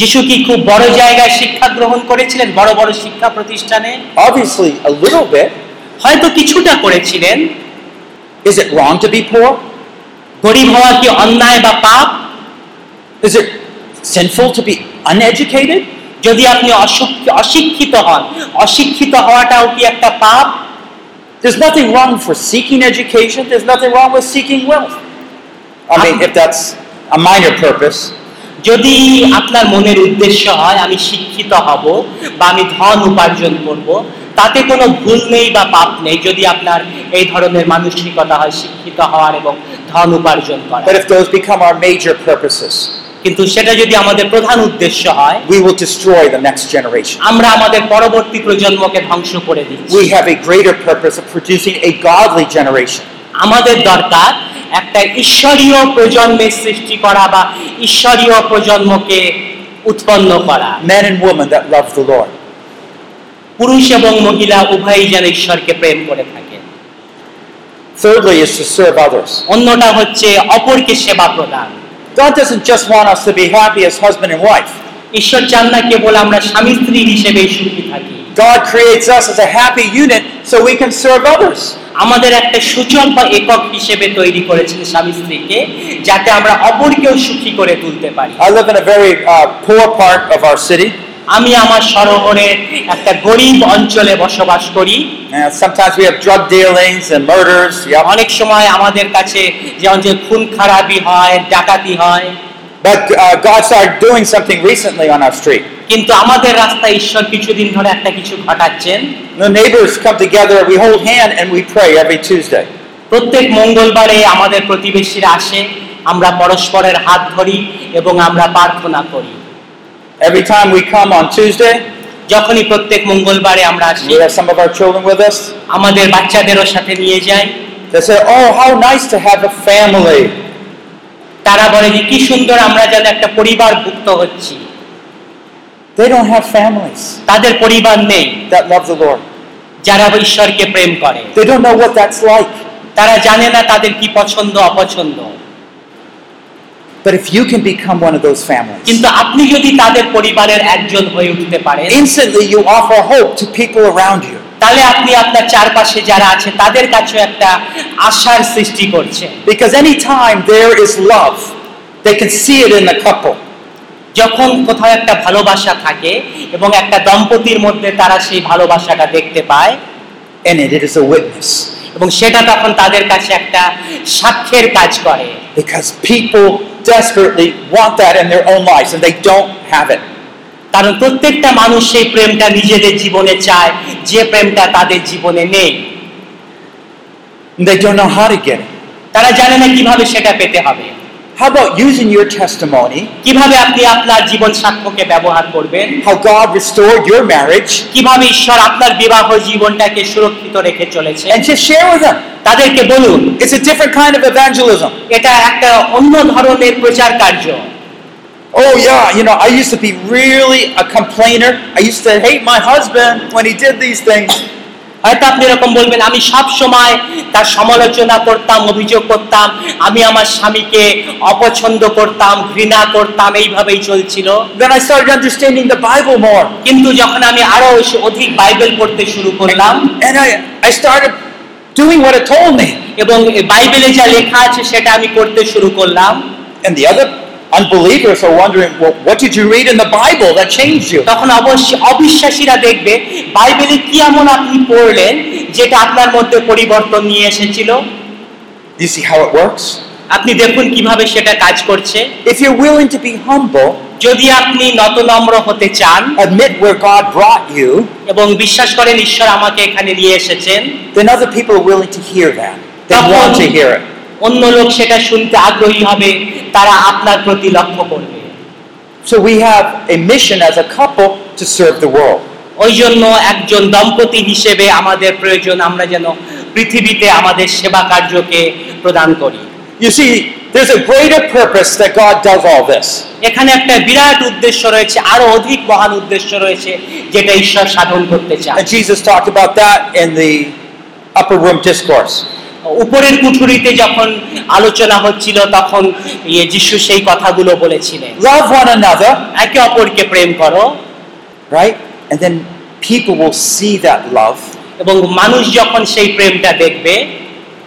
যিশু কি খুব বড় জায়গায় শিক্ষা গ্রহণ করেছিলেন বড় বড় শিক্ষা প্রতিষ্ঠানে Obviously, a little bit. হয়তো কিছুটা করেছিলেন Is it wrong to be poor? গরিব হওয়া কি অন্যায় বা পাপ Is it sinful to be uneducated? যদি আপনি অসুখ- অশিক্ষিত হন অশিক্ষিত হওয়াটাও কি একটা পাপ There's nothing wrong for seeking education. There's nothing wrong with seeking wealth. I mean, if that's a minor purpose. যদি আপনার মনের উদ্দেশ্য হয় আমি শিক্ষিত হব বা আমি ধন উপার্জন করব তাতে কোনো ভুল নেই বা পাপ নেই যদি আপনার এই ধরনের মানসিকতা হয় শিক্ষিত হওয়ার এবং ধন উপার্জন করা But if those become our major purposes, কিন্তু সেটা যদি আমাদের প্রধান উদ্দেশ্য হয় we will destroy the next generation. আমরা আমাদের পরবর্তী প্রজন্মকে ধ্বংস করে দিচ্ছি We have a greater purpose of producing a godly generation. আমাদের দরকার একটা ঈশ্বরীয় প্রজন্মের সৃষ্টি করা বা ঈশ্বরীয় প্রজন্মকে উৎপন্ন করা Men and women that love the Lord. পুরুষ এবং মহিলা উভয়ই যেন ঈশ্বরকে প্রেম করে থাকে Thirdly, is to serve others. অন্যটা হচ্ছে অপরকে সেবা প্রদান God doesn't just want us to be happy as husband and wife. ঈশ্বর চান না কেবল আমরা স্বামী স্ত্রী হিসেবে সুখী থাকি God creates us as a happy unit so we can serve others. আমাদের একটা সূচক বা একক হিসেবে তৈরি করেছেন স্বামী স্ত্রীকে যাতে আমরা অপরকেও সুখী করে তুলতে পারি I live in a very uh, poor part of our city, আমি আমার শহরের একটা গরিব অঞ্চলে বসবাস করি and Uh, sometimes we have drug dealings and murders. Yeah. অনেক সময় আমাদের কাছে যেমন যে খুন খারাপি হয় ডাকাতি হয় But uh, God started doing something recently on our street. কিন্তু আমাদের রাস্তায় ঈশ্বর কিছুদিন ধরে একটা কিছু ঘটাচ্ছেন The neighbors come together, we hold hand, and we pray every Tuesday. প্রত্যেক মঙ্গলবারে আমাদের প্রতিবেশীরা আসে আমরা পরস্পরের হাত ধরি এবং আমরা প্রার্থনা করি Every time we come on Tuesday, যখনই প্রত্যেক মঙ্গলবারে আমরা আসি we have some of our children with us. আমাদের বাচ্চাদেরও সাথে নিয়ে যাই They say, "Oh, how nice to have a family." তারা বলে যে কি সুন্দর আমরা যেন একটা পরিবার ভুক্ত হচ্ছি They don't have families তাদের পরিবার নেই that love the Lord. যারা ঈশ্বরকে প্রেম করে They don't know what that's like. তারা জানে না তাদের কি পছন্দ অপছন্দ But if you can become one of those families, কিন্তু আপনি যদি তাদের পরিবারের একজন হয়ে উঠতে পারেন instantly you offer hope to people around you তাহলে আপনি আপনার চারপাশে যারা আছে তাদের কাছে একটা আশার সৃষ্টি করছেন because anytime there is love, they can see it in the couple. যখন কোথাও একটা ভালোবাসা থাকে এবং একটা দম্পতির মধ্যে তারা সেই ভালোবাসাটা দেখতে পায় And it is a witness এবং সেটা তখন তাদের কাছে একটা সাক্ষ্যের কাজ করে because people desperately want that in their own lives and they don't have it. কারণ প্রত্যেকটা মানুষ সেই প্রেমটা নিজেদের জীবনে চায় যে প্রেমটা তাদের জীবনে নেই And they don't know how to get it. তারা জানে না কিভাবে সেটা পেতে হবে How about using your testimony, কিভাবে আপনি আপনার জীবন সাক্ষ্যকে ব্যবহার করবেন how God restored your marriage, কিভাবে ঈশ্বর আপনার বিবাহ জীবনটাকে সুরক্ষিত রেখে চলেছে and just share with them? তাদেরকে বলুন It's a different kind of evangelism. এটা একটা অন্য ধরনের প্রচার কার্য Oh, yeah, you know, I used to be really a complainer. I used to hate my husband when he did these things. হয়তো আপনি এরকম বলবেন আমি সব সময় তার সমালোচনা করতাম অভিযোগ করতাম আমি আমার স্বামীকে অপছন্দ করতাম ঘৃণা করতাম এইভাবেই চলছিল Then I started understanding the Bible more. কিন্তু যখন আমি আরো অধিক বাইবেল পড়তে শুরু করলাম And I, I started doing what it told me. এবং এই বাইবেলে যা লেখা আছে সেটা আমি করতে শুরু করলাম And the other unbelievers are wondering, well, what did you read in the Bible that changed you? তখন অবশ্যই অবিশ্বাসীরা দেখবে বাইবেলে কি এমন আপনি পড়লেন যেটা আপনার মধ্যে পরিবর্তন নিয়ে এসেছিল You see how it works? আপনি দেখুন কিভাবে সেটা কাজ করছে If you're willing to be humble, যদি আপনি নতনম্র হতে চান admit where God brought you, এবং বিশ্বাস করেন ঈশ্বর আমাকে এখানে নিয়ে এসেছেন then other people are willing to hear that. They তখন want to hear it. অন্য লোক সেটা শুনতে আগ্রহী হবে তারা আপনার প্রতি লক্ষ্য করবে So we have a mission as a couple to serve the world. ওই জন্য একজন দম্পতি হিসেবে আমাদের প্রয়োজন আমরা যেন পৃথিবীতে আমাদের সেবা কার্যকে প্রদান করি You see, there's a greater purpose that God does all this. এখানে একটা বিরাট উদ্দেশ্য রয়েছে আরো অধিক মহান উদ্দেশ্য রয়েছে যেটা ঈশ্বর সাধন করতে চান And Jesus talked about that in the upper room discourse. উপরের কুঠুরিতে যখন আলোচনা হচ্ছিল তখন ইয়ে যিশু সেই কথাগুলো বলেছিলেন Love one another, একে অপরকে প্রেম করো right? And then people will see that love এবং মানুষ যখন সেই প্রেমটা দেখবে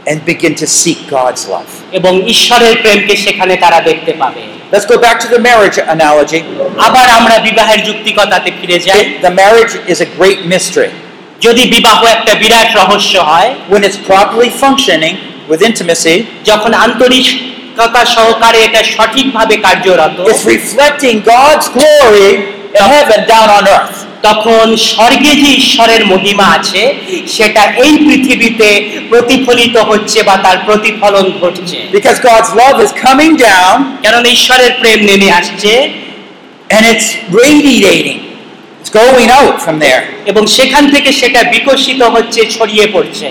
and begin to seek God's love. এবং ঈশ্বরের প্রেমকে সেখানে তারা দেখতে পাবে Let's go back to the marriage analogy. আবার আমরা বিবাহের যুক্তিকতাতে ফিরে যাই The the marriage is a great mystery. যদি বিবাহ একটা বিরাট রহস্য হয় When it's properly functioning with intimacy, যখন আন্তরিকতা সহকারে এটা সঠিকভাবে কার্যরত it's reflecting God's glory in heaven down on earth. তখন স্বর্গে যে ঈশ্বরের মহিমা আছে সেটা এই পৃথিবীতে প্রতিফলিত হচ্ছে বা তার প্রতিফলন ঘটছে Because God's love is coming down কেননা ঈশ্বরের প্রেম নেমে আসছে and it's radiating. It's going out from there. এবং সেখান থেকে সেটা বিকশিত হচ্ছে ছড়িয়ে পড়ছে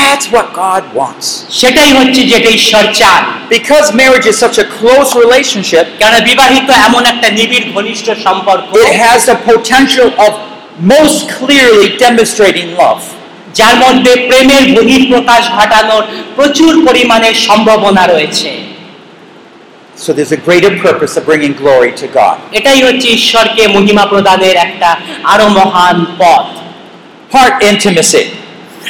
That's what God wants. সেটাই হচ্ছে যেটা ঈশ্বর চান Because marriage is such a close relationship, কেননা বিবাহিত এমন একটা নিবিড় ঘনিষ্ঠ সম্পর্ক it has the potential of most clearly demonstrating love. যার মধ্যে প্রেমের বহিঃপ্রকাশ ঘটানোর প্রচুর পরিমাণে সম্ভাবনা রয়েছে So there's a greater purpose of bringing glory to God. এটাই হচ্ছে ঈশ্বরকে মহিমা প্রদানের একটা আরো মহান পথ Heart intimacy.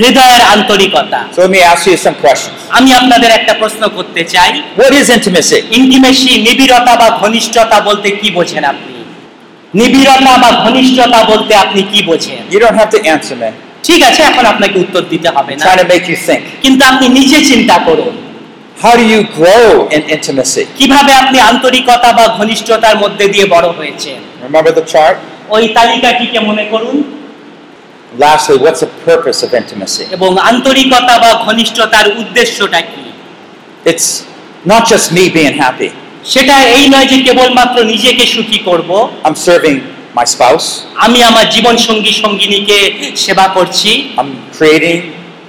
হৃদয়ের আন্তরিকতা So let me ask you some questions. আমি আপনাদের একটা প্রশ্ন করতে চাই What is intimacy? ইন্টিমেসি নিবিড়তা বা ঘনিষ্ঠতা বলতে কি বোঝেন আপনি নিবিড়তা বা ঘনিষ্ঠতা বলতে আপনি কি বোঝেন You don't have to answer me. I'm ঠিক আছে এখন আপনাকে উত্তর দিতে হবে না trying to make you think. কিন্তু আপনি নিজে চিন্তা করুন How do you grow in intimacy? কিভাবে আপনি আন্তরিকতা বা ঘনিষ্ঠতার মধ্যে দিয়ে বড় হয়েছেন Remember the chart? ওই তালিকাটিকে মনে করুন Lastly, what's the purpose of intimacy? এবং আন্তরিকতা বা ঘনিষ্ঠতার উদ্দেশ্যটা কি It's not just me being happy. সেটা এই নয় যে কেবলমাত্র নিজেকে সুখী করব I'm serving my spouse. আমি আমার জীবন সঙ্গী সঙ্গিনীকে সেবা করছি I'm creating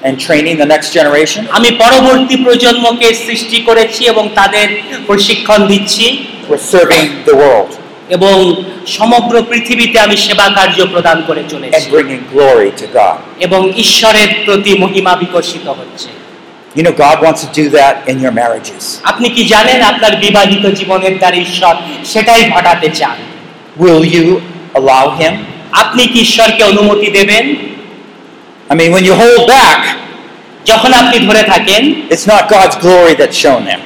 and training the next generation. আমি পরবর্তী প্রজন্মকে সৃষ্টি করেছি এবং তাদের প্রশিক্ষণ দিচ্ছি We're serving the world এবং সমগ্র পৃথিবীতে আমি সেবা কার্য প্রদান করে চলেছি and bringing glory to God. এবং ঈশ্বরের প্রতি মহিমা বিকশিত হচ্ছে You know, God wants to do that in your marriages. আপনি কি জানেন আপনার বিবাহিত জীবনের দ্বারা ঈশ্বর সেটাই ঘটাতে চান Will you allow Him? আপনি কি ঈশ্বরকে অনুমতি দেবেন I mean, when you hold back, যখন আপনি ধরে থাকেন it's not God's glory that's shown there.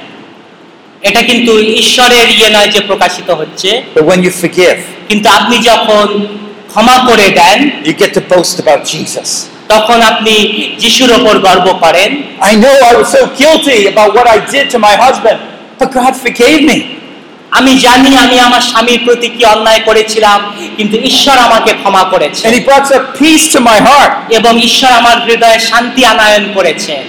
এটা কিন্তু ঈশ্বরের ইয়ে নয় যে প্রকাশিত হচ্ছে But when you forgive, কিন্তু আপনি যখন ক্ষমা করে দেন you get to boast about Jesus. তখন আপনি যিশুর ওপর গর্ব করেন I know I was so guilty about what I did to my husband, but God forgave me. আমি জানি আমি আমার স্বামীর প্রতি কি অন্যায় করেছিলাম কিন্তু ঈশ্বর আমাকে ক্ষমা করেছে And He brought some peace to my heart. এবং ঈশ্বর আমার হৃদয়ে শান্তি আনায়ন করেছেন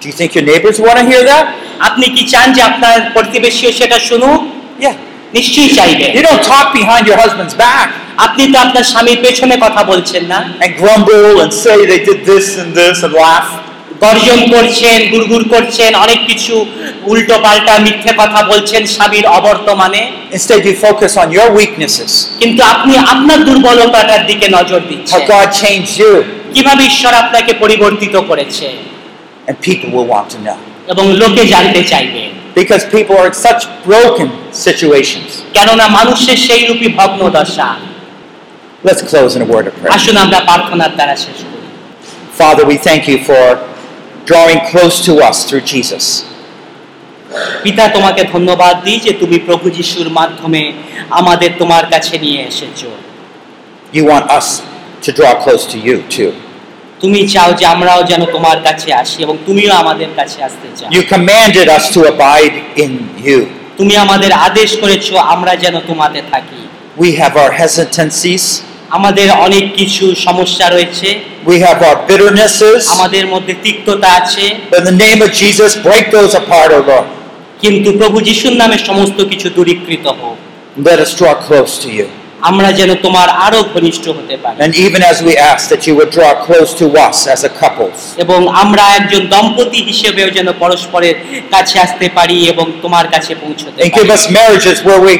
Do you think your neighbors want to hear that? আপনি কি চান যে আপনার প্রতিবেশীও সেটা শুনুক Yeah. নিশ্চয়ই চাইবে You don't talk behind your husband's back আপনি তো আপনার স্বামীর পেছনে কথা বলছেন না and grumble and say they did this and this and laugh. গর্জন করছেন গুড়গুড় করছেন অনেক কিছু উল্টো পাল্টা মিথ্যে কথা বলছেন স্বামীর অবর্তমানে Instead, you focus on your weaknesses, কিন্তু আপনি আপনার দুর্বলতাটার দিকে নজর দিচ্ছেন how God changed you, কিভাবে ঈশ্বর আপনাকে পরিবর্তিত করেছে and people will want to know. এবং লোকে জানতে চাইবে Because people are in such broken situations. কেননা মানুষের সেই রূপী ভগ্ন দশা Let's close in a word of prayer. আসুন আমরা প্রার্থনার দ্বারা শেষ করি Father, we thank you for drawing close to us through Jesus. পিতা তোমাকে ধন্যবাদ দিই যে তুমি প্রভু যিশুর মাধ্যমে আমাদের তোমার কাছে নিয়ে এসেছো You want us to draw close to you, too. তুমি চাও যে আমরাও যেন তোমার কাছে আসি এবং তুমিও আমাদের কাছে আসতে চাও You commanded us to abide in you. তুমি আমাদের আদেশ করেছো আমরা যেন তোমাতে থাকি We have our hesitancies, আমাদের অনেক কিছু সমস্যা রয়েছে we have our bitternesses. আমাদের মধ্যে তিক্ততা আছে In the name of Jesus, break those apart, O Lord. কিন্তু প্রভু যিশুর নামে সমস্ত কিছু দূরীকৃত হোক Let us draw close to you. আমরা যেন তোমার আরো ঘনিষ্ঠ হতে পারি And even as we ask that you would draw close to us as a couple, এবং আমরা একজন দম্পতি হিসেবেও যেন পরস্পরের কাছে আসতে পারি এবং তোমার কাছে পৌঁছতে and give পারি us marriages where we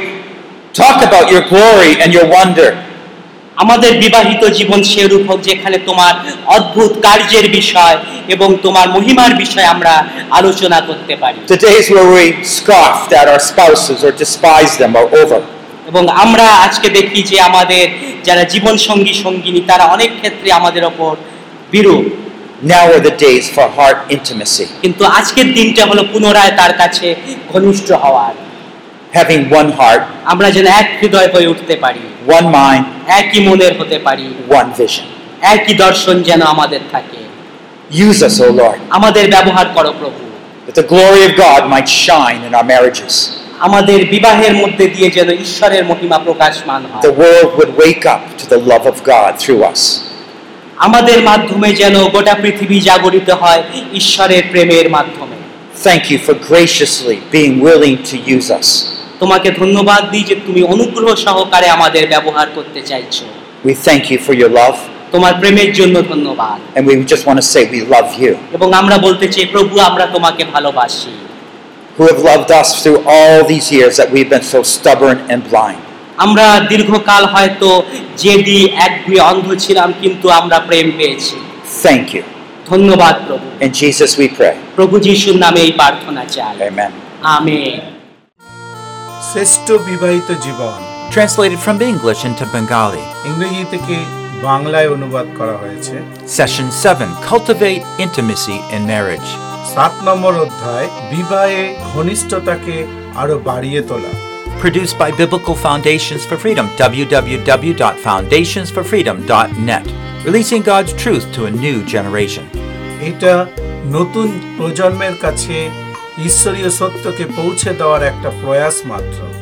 talk about your glory and your wonder. আমাদের বিবাহিত জীবন সেরূপ হোক যেখানে তোমার অদ্ভুত কার্যের বিষয় এবং তোমার মহিমার বিষয় আমরা আলোচনা করতে পারি The days where we scoffed at our spouses or despised them are over. এবং আমরা আজকে দেখি যে আমাদের যারা জীবন সঙ্গী সঙ্গিনী তারা অনেক ক্ষেত্রে আমাদের ওপর বিরূপ Now are the days for heart intimacy, কিন্তু আজকের দিনটা হলো পুনরায় তার কাছে ঘনিষ্ঠ হওয়ার having one heart, আমরা যেন এক হৃদয় হয়ে উঠতে পারি one mind, একই মনের হতে পারি one vision. একই দর্শন যেন আমাদের থাকে Use us, O Lord, আমাদের ব্যবহার করো প্রভু that the glory of God might shine in our marriages. আমাদের বিবাহের মধ্যে দিয়ে যেন ঈশ্বরের মহিমা প্রকাশমান হয় The world would wake up to the love of God through us. আমাদের মাধ্যমে যেন গোটা পৃথিবী জাগরিত হয় ঈশ্বরের প্রেমের মাধ্যমে Thank you for graciously being willing to use us. তোমাকে ধন্যবাদ দিই যে তুমি অনুগ্রহ সহকারে আমাদের ব্যবহার করতে চাইছো We thank you for your love, তোমার প্রেমের জন্য ধন্যবাদ and we just want to say we love you, এবং আমরা বলতে চাই প্রভু আমরা তোমাকে ভালোবাসি who have loved us through all these years that we've been so stubborn and blind. আমরা দীর্ঘকাল হয়তো জেদি একগুয়ে অন্ধ ছিলাম কিন্তু আমরা প্রেম পেয়েছি Thank you. ধন্যবাদ প্রভু In Jesus we pray. প্রভু যিশুর নামে এই প্রার্থনা চাই Amen. আমেন শ্রেষ্ঠ বিবাহিত জীবন translated from English into Bengali. ইংরেজি থেকে বাংলায় অনুবাদ করা হয়েছে Session 7 Cultivate Intimacy in Marriage. সাত নম্বর অধ্যায় বিবাহে ঘনিষ্ঠতাকে আরো বাড়িয়ে তোলা Produced by Biblical Foundations for Freedom, www.foundationsforfreedom.net. Releasing God's truth to a new generation. এটা নতুন প্রজন্মের কাছে ঈশ্বরীয় সত্যকে পৌঁছে দেওয়ার একটা প্রয়াস মাত্র